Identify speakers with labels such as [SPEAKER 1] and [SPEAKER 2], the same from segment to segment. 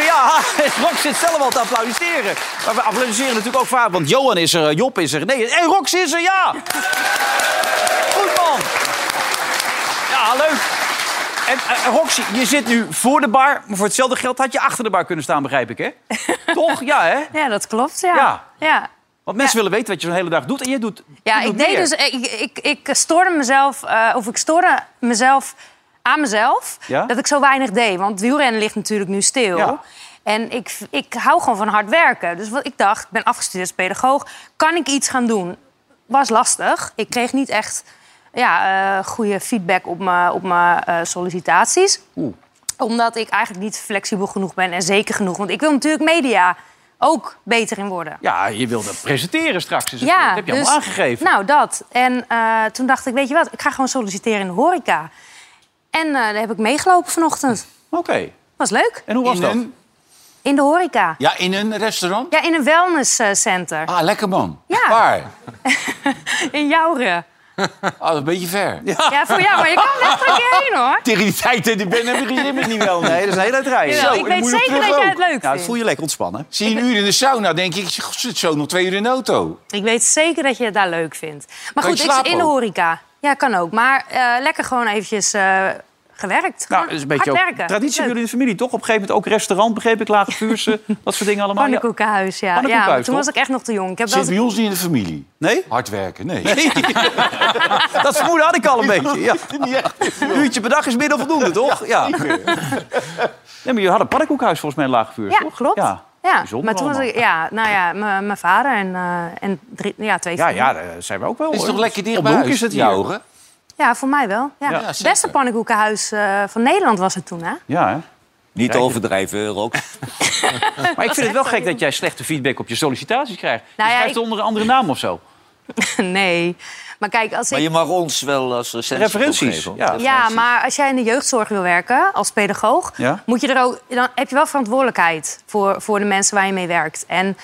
[SPEAKER 1] Ja, Rox zit zelf al te applaudisseren. Maar we applaudisseren natuurlijk ook vaak, want Johan is er, eh, Job is er. Nee, en Rox is er, ja! Goed, man. Ja, leuk. En eh, Roxy, je zit nu voor de bar, maar voor hetzelfde geld had je achter de bar kunnen staan, begrijp ik, hè? Toch? Ja, hè?
[SPEAKER 2] Ja, dat klopt, ja.
[SPEAKER 1] Ja.
[SPEAKER 2] ja.
[SPEAKER 1] Want mensen willen weten wat je zo'n hele dag doet en jij doet. je
[SPEAKER 2] Ja, ik
[SPEAKER 1] doet
[SPEAKER 2] deed
[SPEAKER 1] meer.
[SPEAKER 2] dus. Ik, ik, ik stoorde mezelf, eh, of ik stoorde mezelf aan mezelf
[SPEAKER 1] Ja?
[SPEAKER 2] dat ik zo weinig deed. Want wielrennen ligt natuurlijk nu stil.
[SPEAKER 1] Ja.
[SPEAKER 2] En ik, ik hou gewoon van hard werken. Dus wat ik dacht, ik ben afgestudeerd als pedagoog. Kan ik iets gaan doen? Was lastig. Ik kreeg niet echt ja, eh, goede feedback op mijn op mijn, eh, sollicitaties. Omdat ik eigenlijk niet flexibel genoeg ben en zeker genoeg. Want ik wil natuurlijk media ook beter in worden.
[SPEAKER 1] Ja, je wilde presenteren straks. Is het goed. dat heb je
[SPEAKER 2] dus-
[SPEAKER 1] allemaal aangegeven.
[SPEAKER 2] Nou, dat. En eh, toen dacht ik, weet je wat, ik ga gewoon solliciteren in de horeca. En eh, daar heb ik meegelopen vanochtend.
[SPEAKER 1] Oké.
[SPEAKER 2] Was leuk.
[SPEAKER 1] En hoe was
[SPEAKER 3] in
[SPEAKER 1] dat?
[SPEAKER 3] Een,
[SPEAKER 2] In de horeca.
[SPEAKER 3] ja, in een restaurant?
[SPEAKER 2] Ja, in een eh, wellnesscenter.
[SPEAKER 3] Ah, lekker man.
[SPEAKER 2] Ja.
[SPEAKER 3] Waar?
[SPEAKER 2] In Jouren.
[SPEAKER 3] Ah, een beetje ver.
[SPEAKER 2] Ja, voor jou, maar je kan letterlijk hierheen, hoor.
[SPEAKER 3] Tegen die tijd dat ik ben, heb ik geen zin meer niet wel.
[SPEAKER 1] Nee, dat is een hele rij.
[SPEAKER 2] Jawel, ik weet
[SPEAKER 3] moet je op
[SPEAKER 2] zeker
[SPEAKER 3] terug
[SPEAKER 2] dat jij
[SPEAKER 3] ook.
[SPEAKER 2] het leuk
[SPEAKER 1] Nou, dat
[SPEAKER 2] vindt.
[SPEAKER 1] voel je lekker ontspannen.
[SPEAKER 3] Zie je een uur in de sauna, denk ik, ik zit zo nog twee uur in de auto.
[SPEAKER 2] Ik weet zeker dat je het daar leuk vindt. Maar
[SPEAKER 3] Kan je
[SPEAKER 2] goed, ik zit
[SPEAKER 3] slapen
[SPEAKER 2] in de
[SPEAKER 3] ook?
[SPEAKER 2] horeca. Ja, kan ook. Maar eh, lekker gewoon eventjes eh, gewerkt.
[SPEAKER 1] Nou,
[SPEAKER 2] Gewoon
[SPEAKER 1] dat is een beetje
[SPEAKER 2] hard
[SPEAKER 1] ook
[SPEAKER 2] werken.
[SPEAKER 1] traditie bij
[SPEAKER 2] Leuk.
[SPEAKER 1] jullie in de familie, toch? Op een gegeven moment ook restaurant, begreep ik, lage vuurse, dat soort dingen allemaal. Ja.
[SPEAKER 2] Pannenkoekenhuis, ja. ja.
[SPEAKER 1] Pannenkoekenhuis,
[SPEAKER 2] maar toen
[SPEAKER 1] toch?
[SPEAKER 2] was ik echt nog te jong. Ik heb wel
[SPEAKER 3] Zit
[SPEAKER 2] eens-
[SPEAKER 3] bij ons niet in de familie.
[SPEAKER 1] Nee?
[SPEAKER 3] Hard werken, nee.
[SPEAKER 1] dat vermoeden had ik al een beetje. Ja.
[SPEAKER 3] Niet echt.
[SPEAKER 1] Een uurtje per dag is meer dan voldoende, toch? Ja. Nee, maar je had een pannenkoekhuis volgens mij in lage vuur,
[SPEAKER 2] Ja,
[SPEAKER 1] toch?
[SPEAKER 2] klopt. Ja,
[SPEAKER 1] Bijzonder
[SPEAKER 2] maar toen was
[SPEAKER 1] allemaal.
[SPEAKER 2] ik, ja, nou ja, m- mijn vader en, eh, en drie, ja, twee
[SPEAKER 1] Ja,
[SPEAKER 2] vrienden.
[SPEAKER 1] ja, daar zijn we ook wel.
[SPEAKER 3] Het is
[SPEAKER 1] hoor.
[SPEAKER 3] toch lekker dicht
[SPEAKER 1] Om
[SPEAKER 3] bij
[SPEAKER 1] de hoek
[SPEAKER 3] huis,
[SPEAKER 1] is het
[SPEAKER 3] jouw
[SPEAKER 1] hier.
[SPEAKER 3] ogen?
[SPEAKER 2] Ja, voor mij wel. Ja.
[SPEAKER 1] Ja,
[SPEAKER 2] het
[SPEAKER 3] zeker.
[SPEAKER 2] beste pannenkoekenhuis eh, van Nederland was het toen, hè?
[SPEAKER 1] Ja, hè?
[SPEAKER 4] Niet overdrijven, Rox.
[SPEAKER 1] Maar ik vind het wel gek dat jij slechte feedback op je sollicitaties krijgt.
[SPEAKER 2] Nou
[SPEAKER 1] je
[SPEAKER 2] ja,
[SPEAKER 1] schrijft
[SPEAKER 2] ik-
[SPEAKER 1] onder een andere naam of zo.
[SPEAKER 2] nee. Maar kijk, als ik...
[SPEAKER 4] Maar je mag ons wel als recensie
[SPEAKER 1] Referenties,
[SPEAKER 4] opgeven.
[SPEAKER 1] ja.
[SPEAKER 2] Ja, maar als jij in de jeugdzorg wil werken als pedagoog,
[SPEAKER 1] Ja.
[SPEAKER 2] moet je er ook, dan heb je wel verantwoordelijkheid voor, voor de mensen waar je mee werkt. En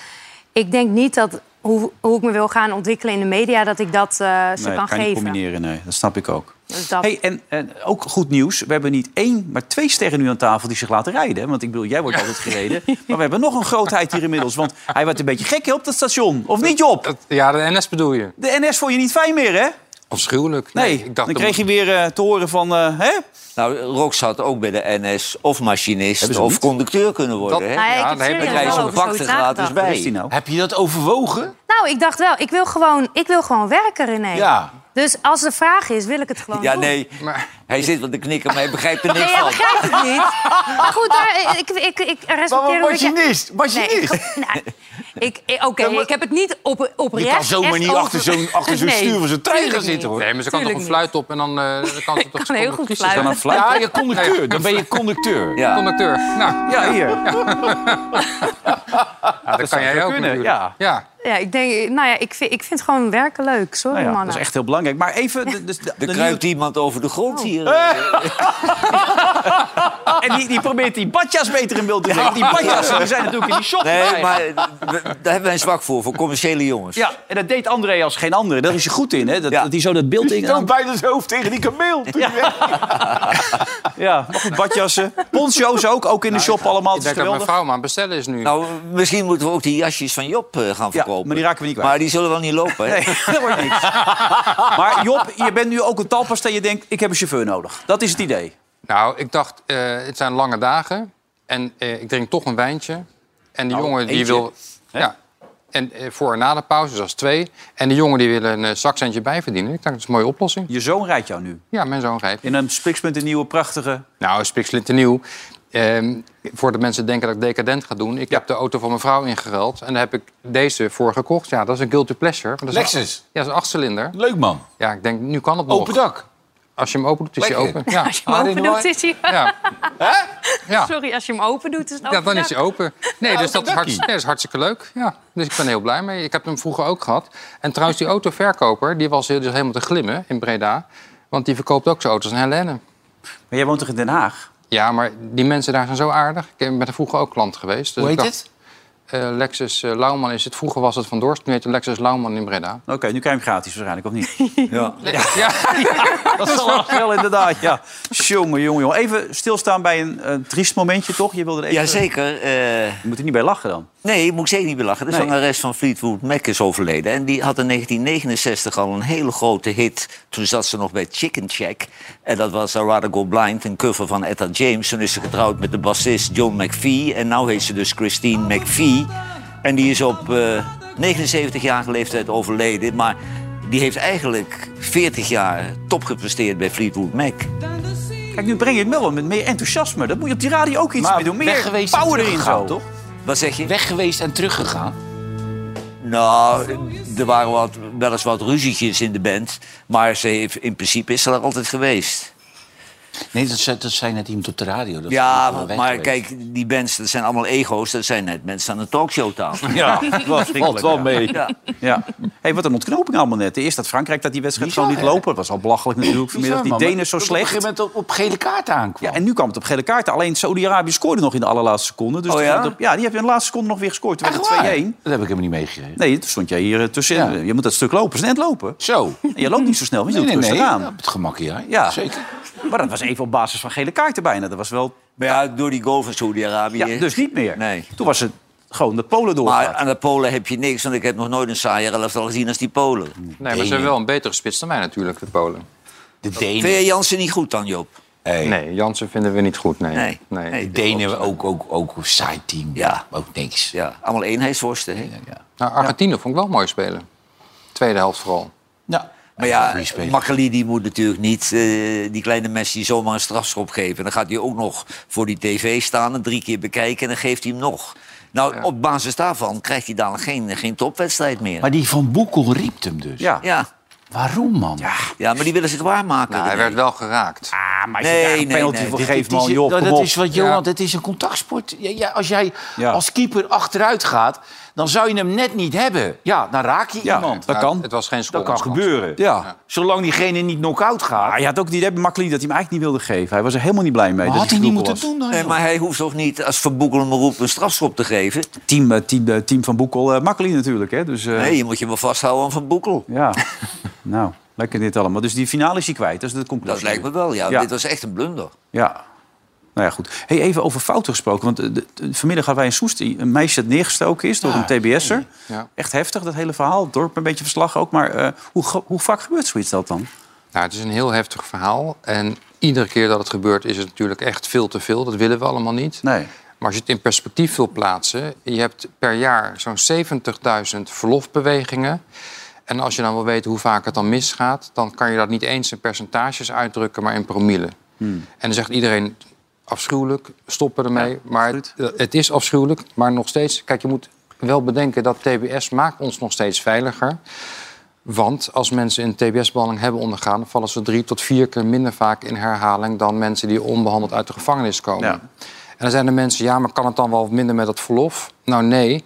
[SPEAKER 2] ik denk niet dat hoe, hoe ik me wil gaan ontwikkelen in de media, dat ik dat eh ze
[SPEAKER 1] Nee,
[SPEAKER 2] kan,
[SPEAKER 1] kan je niet
[SPEAKER 2] geven.
[SPEAKER 1] combineren, nee. Dat snap ik ook.
[SPEAKER 2] Dus dat-
[SPEAKER 1] Hey, en, en ook goed nieuws. We hebben niet één, maar twee sterren nu aan tafel die zich laten rijden. hè? Want ik bedoel, jij wordt altijd gereden. Maar we hebben nog een grootheid hier inmiddels. Want hij werd een beetje gek hè, op dat station. Of niet, Job?
[SPEAKER 5] Dat- ja, de NS bedoel je.
[SPEAKER 1] De NS vond je niet fijn meer, hè?
[SPEAKER 5] Afschuwelijk.
[SPEAKER 1] Nee,
[SPEAKER 5] ik
[SPEAKER 1] dan
[SPEAKER 5] dacht
[SPEAKER 1] kreeg je weer eh, te horen van... eh, hè?
[SPEAKER 4] Nou, Rox had ook bij de NS of machinist
[SPEAKER 1] ze
[SPEAKER 4] of
[SPEAKER 1] niet?
[SPEAKER 4] conducteur kunnen worden.
[SPEAKER 5] Dat-
[SPEAKER 4] hè?
[SPEAKER 2] Nou ja, ik
[SPEAKER 5] Ja,
[SPEAKER 2] heb
[SPEAKER 5] nee, maar
[SPEAKER 2] serieus
[SPEAKER 4] Hij
[SPEAKER 5] krijg
[SPEAKER 4] is
[SPEAKER 2] wel
[SPEAKER 4] een
[SPEAKER 2] over
[SPEAKER 4] bak er
[SPEAKER 2] zoiets nagedacht.
[SPEAKER 4] gratis
[SPEAKER 1] Waar is die
[SPEAKER 4] bij.
[SPEAKER 1] nou?
[SPEAKER 3] Heb je dat overwogen?
[SPEAKER 2] Nou, ik dacht wel, ik wil gewoon, ik wil gewoon werken, René.
[SPEAKER 3] Ja.
[SPEAKER 2] Dus als de vraag is, wil ik het gewoon
[SPEAKER 4] Ja,
[SPEAKER 2] doen.
[SPEAKER 4] nee. Hij zit wat te knikken, maar hij begrijpt er niks
[SPEAKER 2] Nee, jij
[SPEAKER 4] van.
[SPEAKER 2] begrijpt het niet. Maar goed, daar, ik, ik, ik respecteer dat jij- Nee, ik, nou, ik, ik- Oké, ik heb het niet op, oprecht.
[SPEAKER 3] Je kan zomaar
[SPEAKER 2] echt
[SPEAKER 3] niet achter
[SPEAKER 2] over-
[SPEAKER 3] zo'n- achter zo'n
[SPEAKER 2] Nee,
[SPEAKER 3] stuur van zo'n trein gaan
[SPEAKER 2] tuurlijk
[SPEAKER 3] zitten,
[SPEAKER 2] niet.
[SPEAKER 3] hoor.
[SPEAKER 5] Nee, maar ze kan toch
[SPEAKER 2] Tuurlijk
[SPEAKER 5] een
[SPEAKER 2] niet.
[SPEAKER 5] fluit op en dan, eh, dan kan ze toch
[SPEAKER 2] kan heel goed
[SPEAKER 5] conductrice
[SPEAKER 2] fluiten.
[SPEAKER 5] zijn.
[SPEAKER 1] Dan een fluit.
[SPEAKER 3] Ja, je conducteur. Dan ben je conducteur.
[SPEAKER 4] Ja.
[SPEAKER 5] Conducteur. Nou,
[SPEAKER 1] Ja, hier.
[SPEAKER 5] ja, dat kan jij
[SPEAKER 1] zou
[SPEAKER 5] ook
[SPEAKER 1] kunnen,
[SPEAKER 5] natuurlijk.
[SPEAKER 1] ja.
[SPEAKER 5] ja.
[SPEAKER 2] Ja, ik denk, nou ja, ik vind, ik vind gewoon werken leuk. Sorry,
[SPEAKER 1] Nou ja,
[SPEAKER 2] mannen.
[SPEAKER 1] dat is echt heel belangrijk. Maar even... De, dus de, de-
[SPEAKER 4] Er
[SPEAKER 1] de
[SPEAKER 4] kruipt
[SPEAKER 1] nieuwe-
[SPEAKER 4] iemand over de
[SPEAKER 1] Oh.
[SPEAKER 4] grond hier.
[SPEAKER 1] Eh. en die, die probeert die badjas beter in beeld te brengen. Die badjas die zijn natuurlijk in die shop.
[SPEAKER 4] Nee, maar eh, we- daar hebben wij een zwak voor, voor commerciële jongens.
[SPEAKER 1] Ja, en dat deed André als geen andere. Daar is je goed in, hè? Dat,
[SPEAKER 4] Ja.
[SPEAKER 1] dat hij zo dat beeld in...
[SPEAKER 3] Dan bijna zijn hoofd tegen die kameel.
[SPEAKER 1] Ja, maar goed, badjassen. Poncho's ook, ook in de shop allemaal.
[SPEAKER 5] Ik
[SPEAKER 1] Het is
[SPEAKER 5] denk dat mijn
[SPEAKER 1] geweldig.
[SPEAKER 5] vrouw maar aan het bestellen is nu.
[SPEAKER 4] Nou, misschien moeten we ook die jasjes van Job eh, gaan verkopen.
[SPEAKER 1] maar die raken we niet kwijt.
[SPEAKER 4] Maar die zullen wel niet lopen, hè?
[SPEAKER 1] Nee, dat wordt niks. Maar Job, je bent nu ook een talpas dat je denkt... ik heb een chauffeur nodig. Dat is het idee.
[SPEAKER 5] Nou, ik dacht, eh, het zijn lange dagen. En eh, ik drink toch een wijntje. En de
[SPEAKER 3] Nou,
[SPEAKER 5] jongen die
[SPEAKER 1] eentje,
[SPEAKER 5] wil... Ja. En eh, voor en na de pauze, dus dat is twee. En de jongen die wil een eh, zakcentje bijverdienen. Ik dacht, dat is een mooie oplossing.
[SPEAKER 1] Je zoon rijdt jou nu.
[SPEAKER 5] Ja, mijn zoon grijpt.
[SPEAKER 1] In een spikspunt een nieuwe, prachtige...
[SPEAKER 5] Nou, Spikslint nieuw. Ehm voordat mensen denken dat ik decadent ga doen. Ik heb de auto van mijn vrouw ingeruild. En daar heb ik deze voor gekocht. Ja, dat is een guilty pleasure. Maar Dat is een-
[SPEAKER 3] Lexus.
[SPEAKER 5] ja, dat is een achtcilinder.
[SPEAKER 3] Leuk man.
[SPEAKER 5] Ja, ik denk, nu kan het nog.
[SPEAKER 3] Open dak.
[SPEAKER 5] Als je hem open doet, is hij
[SPEAKER 3] Lekker.
[SPEAKER 5] open. Ja,
[SPEAKER 2] Als je hem open doet, is hij...
[SPEAKER 5] ja. Ja.
[SPEAKER 2] Sorry, als je hem open doet, is het
[SPEAKER 5] ja, dan
[SPEAKER 2] open.
[SPEAKER 5] is hij open. Nee, dus dat is, hartst- nee, dat is hartstikke leuk. Ja. Dus ik ben heel blij mee. Ik heb hem vroeger ook gehad. En trouwens, die autoverkoper, die was heel- dus helemaal te glimmen in Breda. Want die verkoopt ook zijn auto's in Helene.
[SPEAKER 1] Maar jij woont toch in Den Haag?
[SPEAKER 5] Ja, maar die mensen daar zijn zo aardig. Ik ben er vroeger ook klant geweest. Dus
[SPEAKER 3] Hoe
[SPEAKER 5] ik
[SPEAKER 3] heet
[SPEAKER 5] dacht-
[SPEAKER 3] het?
[SPEAKER 5] eh, Lexus eh, Lauwman is het. Vroeger was het Van Dorst, nu heet het Lexus Lauwman in Breda.
[SPEAKER 1] Oké, nu krijg je hem gratis waarschijnlijk, of niet?
[SPEAKER 4] Ja.
[SPEAKER 5] Ja,
[SPEAKER 1] Dat zal wel inderdaad, ja. Jongen, jongen, jongen. Even stilstaan bij een, een triest momentje, toch? Je wilde er even...
[SPEAKER 4] Jazeker. eh,
[SPEAKER 1] Je moet er niet bij lachen dan.
[SPEAKER 4] nee, moet ik zeker niet belachen. De
[SPEAKER 1] Nee.
[SPEAKER 4] zangeres van Fleetwood Mac is overleden. En die had in 1969 al een hele grote hit. Toen zat ze nog bij Chicken Shack. En dat was I Rather Go Blind, een cover van Etta James. Toen is ze getrouwd met de bassist John McVie. En nu heet ze dus Christine McVie. En die is op eh 79-jarige leeftijd overleden. Maar die heeft eigenlijk 40 jaar top gepresteerd bij Fleetwood Mac.
[SPEAKER 1] Kijk, nu breng je het wel met meer enthousiasme. Dat moet je op die radio ook iets
[SPEAKER 3] Maar
[SPEAKER 1] mee doen.
[SPEAKER 3] weg
[SPEAKER 1] Meer
[SPEAKER 3] geweest en
[SPEAKER 1] power erin
[SPEAKER 3] teruggegaan,
[SPEAKER 1] zo, toch?
[SPEAKER 3] toch?
[SPEAKER 4] Wat zeg je?
[SPEAKER 3] Weg geweest en teruggegaan.
[SPEAKER 4] Nou, er waren wat, wel eens wat ruzietjes in de band. Maar ze heeft, in principe is ze er altijd geweest.
[SPEAKER 3] Nee, dat zei, dat zei net iemand op de radio. Dat
[SPEAKER 4] ja,
[SPEAKER 3] ze wel weg
[SPEAKER 4] maar
[SPEAKER 3] geweest.
[SPEAKER 4] kijk, die bands, dat zijn allemaal ego's. Dat zijn net mensen aan de talkshowtafel.
[SPEAKER 1] Ja, wel
[SPEAKER 3] Valt wel mee.
[SPEAKER 4] ja.
[SPEAKER 1] Ja. Hey, wat een ontknoping allemaal net. Eerst dat Frankrijk dat die wedstrijd gewoon niet lopen. Dat was al belachelijk natuurlijk vanmiddag. Die
[SPEAKER 3] man,
[SPEAKER 1] Denen zo
[SPEAKER 3] dat Op een
[SPEAKER 1] slecht.
[SPEAKER 3] gegeven moment op, op gele kaart aankwam.
[SPEAKER 1] Ja, en nu kwam het op gele kaarten. Alleen Saudi-Arabië scoorde nog in de allerlaatste seconde. Dus
[SPEAKER 4] Oh
[SPEAKER 1] die
[SPEAKER 4] ja?
[SPEAKER 1] had op- ja, die heb je in de laatste seconde nog weer gescoord. Toen werd
[SPEAKER 3] Echt
[SPEAKER 1] het
[SPEAKER 3] waar?
[SPEAKER 1] 2-1.
[SPEAKER 3] Dat heb ik helemaal niet meegekregen.
[SPEAKER 1] Nee, toen stond jij hier eh, tussenin.
[SPEAKER 3] Ja.
[SPEAKER 1] Je moet dat stuk lopen. Het is net lopen.
[SPEAKER 3] Zo.
[SPEAKER 1] En je loopt niet zo snel, want je
[SPEAKER 3] Nee,
[SPEAKER 1] doet
[SPEAKER 3] nee,
[SPEAKER 1] rustig
[SPEAKER 3] nee.
[SPEAKER 1] aan.
[SPEAKER 3] Op het gemak, ja.
[SPEAKER 1] Ja.
[SPEAKER 3] Zeker.
[SPEAKER 1] Maar dat was even op basis van gele kaarten bijna. Dat was wel...
[SPEAKER 4] Maar ja, door die goal van Saudi-Arabië.
[SPEAKER 1] Ja, dus niet meer.
[SPEAKER 4] Nee.
[SPEAKER 1] Toen was het gewoon dat Polen
[SPEAKER 4] Maar
[SPEAKER 1] doorgaat.
[SPEAKER 4] aan de Polen heb je niks, want ik heb nog nooit een saaier elftal gezien als die Polen.
[SPEAKER 5] nee, maar ze hebben wel een betere spits dan wij natuurlijk, de Polen.
[SPEAKER 3] De
[SPEAKER 4] Vind
[SPEAKER 3] Denen,
[SPEAKER 4] je Jansen niet goed dan, Job?
[SPEAKER 3] hey,
[SPEAKER 5] Nee, Jansen vinden we niet goed, nee.
[SPEAKER 4] Nee.
[SPEAKER 5] nee. Nou,
[SPEAKER 4] Nee.
[SPEAKER 3] de Denen ook, ook, ook een saai team.
[SPEAKER 4] Ja.
[SPEAKER 3] Ook niks.
[SPEAKER 4] Ja, allemaal eenheidsworsten. Hè?
[SPEAKER 3] Ja.
[SPEAKER 5] Nou, Argentinië vond ik wel mooi spelen. Tweede helft vooral.
[SPEAKER 3] Nou,
[SPEAKER 4] Maar ja, Makkeli die moet natuurlijk niet eh, die kleine Messi zomaar een strafschop geven. Dan gaat hij ook nog voor die tv staan en drie keer bekijken en dan geeft hij hem nog. Nou, op basis daarvan krijgt hij dan geen, geen topwedstrijd meer.
[SPEAKER 3] Maar die van Boekel riep hem dus.
[SPEAKER 1] Ja.
[SPEAKER 4] ja.
[SPEAKER 3] Waarom, man?
[SPEAKER 4] ja, maar die willen zich waarmaken.
[SPEAKER 5] Nou, hij
[SPEAKER 4] René.
[SPEAKER 5] werd wel geraakt.
[SPEAKER 1] Ah, maar als je
[SPEAKER 4] Nee,
[SPEAKER 1] daar een
[SPEAKER 4] nee,
[SPEAKER 1] penalty
[SPEAKER 4] nee.
[SPEAKER 1] voor
[SPEAKER 3] Dit-
[SPEAKER 1] geeft,
[SPEAKER 3] dit is-
[SPEAKER 1] man, Oh, joh,
[SPEAKER 3] dat,
[SPEAKER 1] kom
[SPEAKER 3] dat
[SPEAKER 1] op.
[SPEAKER 3] is wat, Johan,
[SPEAKER 5] Ja.
[SPEAKER 3] dat is een contactsport. Ja, ja, als jij
[SPEAKER 1] Ja.
[SPEAKER 3] als keeper achteruit gaat, dan zou je hem net niet hebben. Ja, dan raak je
[SPEAKER 1] Ja,
[SPEAKER 3] iemand.
[SPEAKER 1] dat kan.
[SPEAKER 5] Het was geen
[SPEAKER 3] Dat kan
[SPEAKER 5] scoringskans.
[SPEAKER 3] gebeuren.
[SPEAKER 1] Ja.
[SPEAKER 3] Zolang diegene niet knock-out gaat.
[SPEAKER 1] Maar je had ook die idee bij Makkeli dat hij hem eigenlijk niet wilde geven. Hij was er helemaal niet blij mee.
[SPEAKER 3] maar
[SPEAKER 1] dat
[SPEAKER 3] had hij niet
[SPEAKER 1] vertrokken
[SPEAKER 3] moeten
[SPEAKER 1] was.
[SPEAKER 3] doen dan?
[SPEAKER 4] Nee,
[SPEAKER 3] joh?
[SPEAKER 4] maar hij hoeft toch niet als verboekel hem roept een strafschop te geven?
[SPEAKER 1] Team, eh, team, eh, team van Boekel, eh Makkeli natuurlijk. Hè? Dus, eh,
[SPEAKER 4] Nee, je moet je wel vasthouden aan Van Boekel.
[SPEAKER 1] Ja, nou, lekker dit allemaal. Dus die finale is hij kwijt, dat is de conclusie.
[SPEAKER 4] Dat lijkt me wel, ja.
[SPEAKER 1] Ja.
[SPEAKER 4] Dit was echt een blunder.
[SPEAKER 1] Ja. Nou ja, goed. Hey, even over fouten gesproken. Want eh, de- de- vanmiddag hadden wij in Soest een meisje dat neergestoken is door een TBS'er.
[SPEAKER 5] Ja.
[SPEAKER 1] Echt heftig, dat hele verhaal. Het dorp een beetje verslag ook. Maar eh, hoe, ge- hoe vaak gebeurt zoiets dat dan?
[SPEAKER 5] Nou, het is een heel heftig verhaal. En iedere keer dat het gebeurt is het natuurlijk echt veel te veel. Dat willen we allemaal niet.
[SPEAKER 1] Nee.
[SPEAKER 5] Maar als je het in perspectief wil plaatsen... je hebt per jaar zo'n 70.000 verlofbewegingen. En als je dan wil weten hoe vaak het dan misgaat... dan kan je dat niet eens in percentages uitdrukken, maar in promille. En dan zegt iedereen, afschuwelijk, stoppen ermee. maar het, het is afschuwelijk, maar nog steeds... Kijk, je moet wel bedenken dat TBS maakt ons nog steeds veiliger... Want als mensen een TBS-behandeling hebben ondergaan... vallen ze drie tot vier keer minder vaak in herhaling... dan mensen die onbehandeld uit de gevangenis komen.
[SPEAKER 1] Ja.
[SPEAKER 5] En dan zijn er mensen, ja, maar kan het dan wel minder met dat verlof? Nou, nee.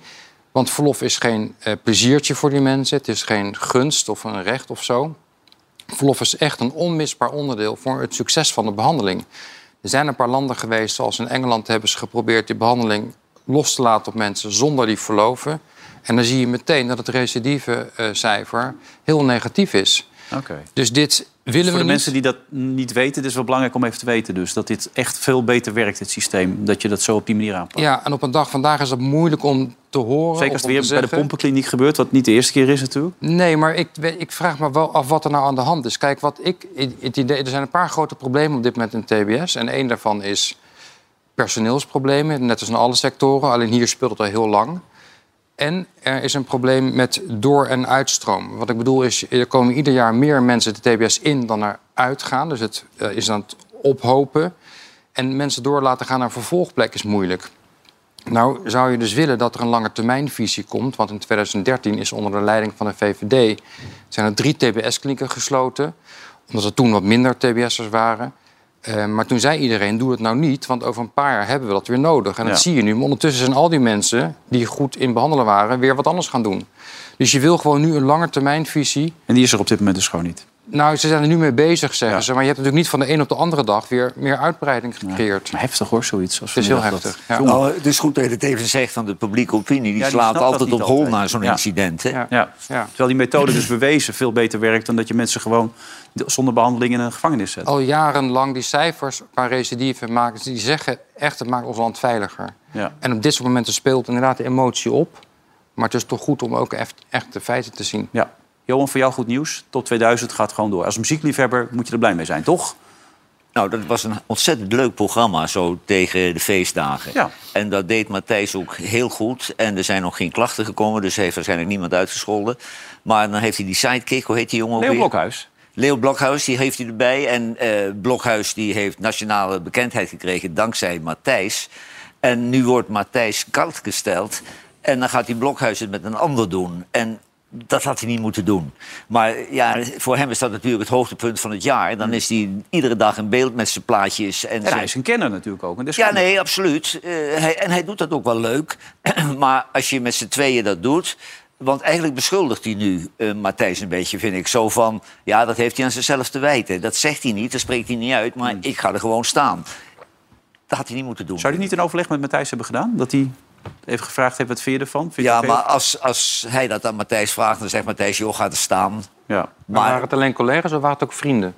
[SPEAKER 5] Want verlof is geen eh, pleziertje voor die mensen. Het is geen gunst of een recht of zo. Verlof is echt een onmisbaar onderdeel voor het succes van de behandeling. Er zijn een paar landen geweest, zoals in Engeland, hebben ze geprobeerd die behandeling los te laten op mensen zonder die verloven. En dan zie je meteen dat het recidivecijfer heel negatief is.
[SPEAKER 1] Oké.
[SPEAKER 5] Dus dit willen
[SPEAKER 1] Voor
[SPEAKER 5] we
[SPEAKER 1] de
[SPEAKER 5] niet.
[SPEAKER 1] mensen die dat niet weten, het is wel belangrijk om even te weten dus. Dat dit echt veel beter werkt, het systeem. Dat je dat zo op die manier aanpakt.
[SPEAKER 5] Ja, en op een dag vandaag is dat moeilijk om te horen.
[SPEAKER 1] Zeker als
[SPEAKER 5] of om
[SPEAKER 1] het weer
[SPEAKER 5] te
[SPEAKER 1] bij de
[SPEAKER 5] zeggen.
[SPEAKER 1] pompenkliniek gebeurt, wat niet de eerste keer is natuurlijk.
[SPEAKER 5] Nee, maar ik, we- ik vraag me wel af wat er nou aan de hand is. Kijk, wat ik, het idee, er zijn een paar grote problemen op dit moment in TBS. En één daarvan is personeelsproblemen, net als in alle sectoren. Alleen hier speelt het al heel lang. En er is een probleem met door- en uitstroom. Wat ik bedoel is, er komen ieder jaar meer mensen de TBS in dan er uitgaan. Dus het eh, is aan het ophopen. En mensen door laten gaan naar een vervolgplek is moeilijk. Nou zou je dus willen dat er een lange termijnvisie komt. Want in 2013 is onder de leiding van de VVD zijn er drie TBS-klinieken gesloten. Omdat er toen wat minder TBS'ers waren. Eh, maar toen zei iedereen, doe het nou niet, want over een paar jaar hebben we dat weer nodig. En dat
[SPEAKER 1] Ja.
[SPEAKER 5] zie je nu. Maar ondertussen zijn al die mensen die goed in behandelen waren... weer wat anders gaan doen. Dus je wil gewoon nu een langetermijnvisie.
[SPEAKER 1] En die is er op dit moment dus gewoon niet.
[SPEAKER 5] Nou, ze zijn er nu mee bezig, zeggen ze. Maar je hebt natuurlijk niet van de een op de andere dag weer meer uitbreiding gecreëerd.
[SPEAKER 1] Heftig hoor, zoiets. Zoals
[SPEAKER 5] Het is heel
[SPEAKER 1] vanmiddag dat-
[SPEAKER 5] heftig. Ja.
[SPEAKER 4] Nou, het is goed dat je het even zegt, want de publieke opinie die
[SPEAKER 1] die
[SPEAKER 4] slaat
[SPEAKER 1] snapt dat
[SPEAKER 4] altijd
[SPEAKER 1] niet
[SPEAKER 4] op hol
[SPEAKER 1] altijd.
[SPEAKER 4] na zo'n
[SPEAKER 1] Ja.
[SPEAKER 4] incident. Hè?
[SPEAKER 5] Ja.
[SPEAKER 1] Ja.
[SPEAKER 5] Ja.
[SPEAKER 1] Terwijl die methode dus bewezen veel beter werkt... dan dat je mensen gewoon zonder behandeling in een gevangenis
[SPEAKER 4] Oh.
[SPEAKER 1] zet.
[SPEAKER 5] Al jarenlang die cijfers qua recidieven maken, die zeggen echt, het maakt ons land veiliger.
[SPEAKER 1] Ja.
[SPEAKER 5] En op dit soort momenten speelt inderdaad de emotie op. Maar het is toch goed om ook echt, echt de feiten te zien.
[SPEAKER 1] Ja. Johan, voor jou goed nieuws. Tot 2000 gaat gewoon door. Als muziekliefhebber moet je er blij mee zijn, toch?
[SPEAKER 4] Nou, dat was een ontzettend leuk programma zo tegen de feestdagen.
[SPEAKER 1] Ja.
[SPEAKER 4] En dat deed Matthijs ook heel goed. En er zijn nog geen klachten gekomen, dus hij heeft waarschijnlijk niemand uitgescholden. Maar dan heeft hij die sidekick, hoe heet die jongen ook
[SPEAKER 1] Leo
[SPEAKER 4] weer?
[SPEAKER 1] Blokhuis.
[SPEAKER 4] Leo Blokhuis, die heeft hij erbij. En eh, Blokhuis die heeft nationale bekendheid gekregen dankzij Matthijs. En nu wordt Matthijs koud gesteld. En dan gaat die Blokhuis het met een ander doen. En dat had hij niet moeten doen. Maar ja, voor hem is dat natuurlijk het hoogtepunt van het jaar. Dan is hij iedere dag in beeld met zijn plaatjes. En,
[SPEAKER 1] En
[SPEAKER 4] zijn-
[SPEAKER 1] hij is een kenner natuurlijk ook. dus Een
[SPEAKER 4] ja,
[SPEAKER 1] deskundige.
[SPEAKER 4] nee, absoluut. Eh, hij, en hij doet dat ook wel leuk. maar als je met z'n tweeën dat doet... Want eigenlijk beschuldigt hij nu eh Matthijs een beetje, vind ik. Zo van, ja, dat heeft hij aan zichzelf te wijten. Dat zegt hij niet, dat spreekt hij niet uit.
[SPEAKER 5] Hmm.
[SPEAKER 4] Maar ik ga er gewoon staan. Dat had hij niet moeten doen.
[SPEAKER 1] Zou hij niet een overleg met Matthijs hebben gedaan? Dat hij even gevraagd heeft, wat vind je ervan? Vind je
[SPEAKER 4] Ja,
[SPEAKER 1] het oké?
[SPEAKER 4] maar als, als hij dat aan Matthijs vraagt... dan zegt Matthijs, joh, ga er staan.
[SPEAKER 1] Ja.
[SPEAKER 5] Maar waren
[SPEAKER 4] Maar
[SPEAKER 5] het alleen collega's of waren het ook vrienden?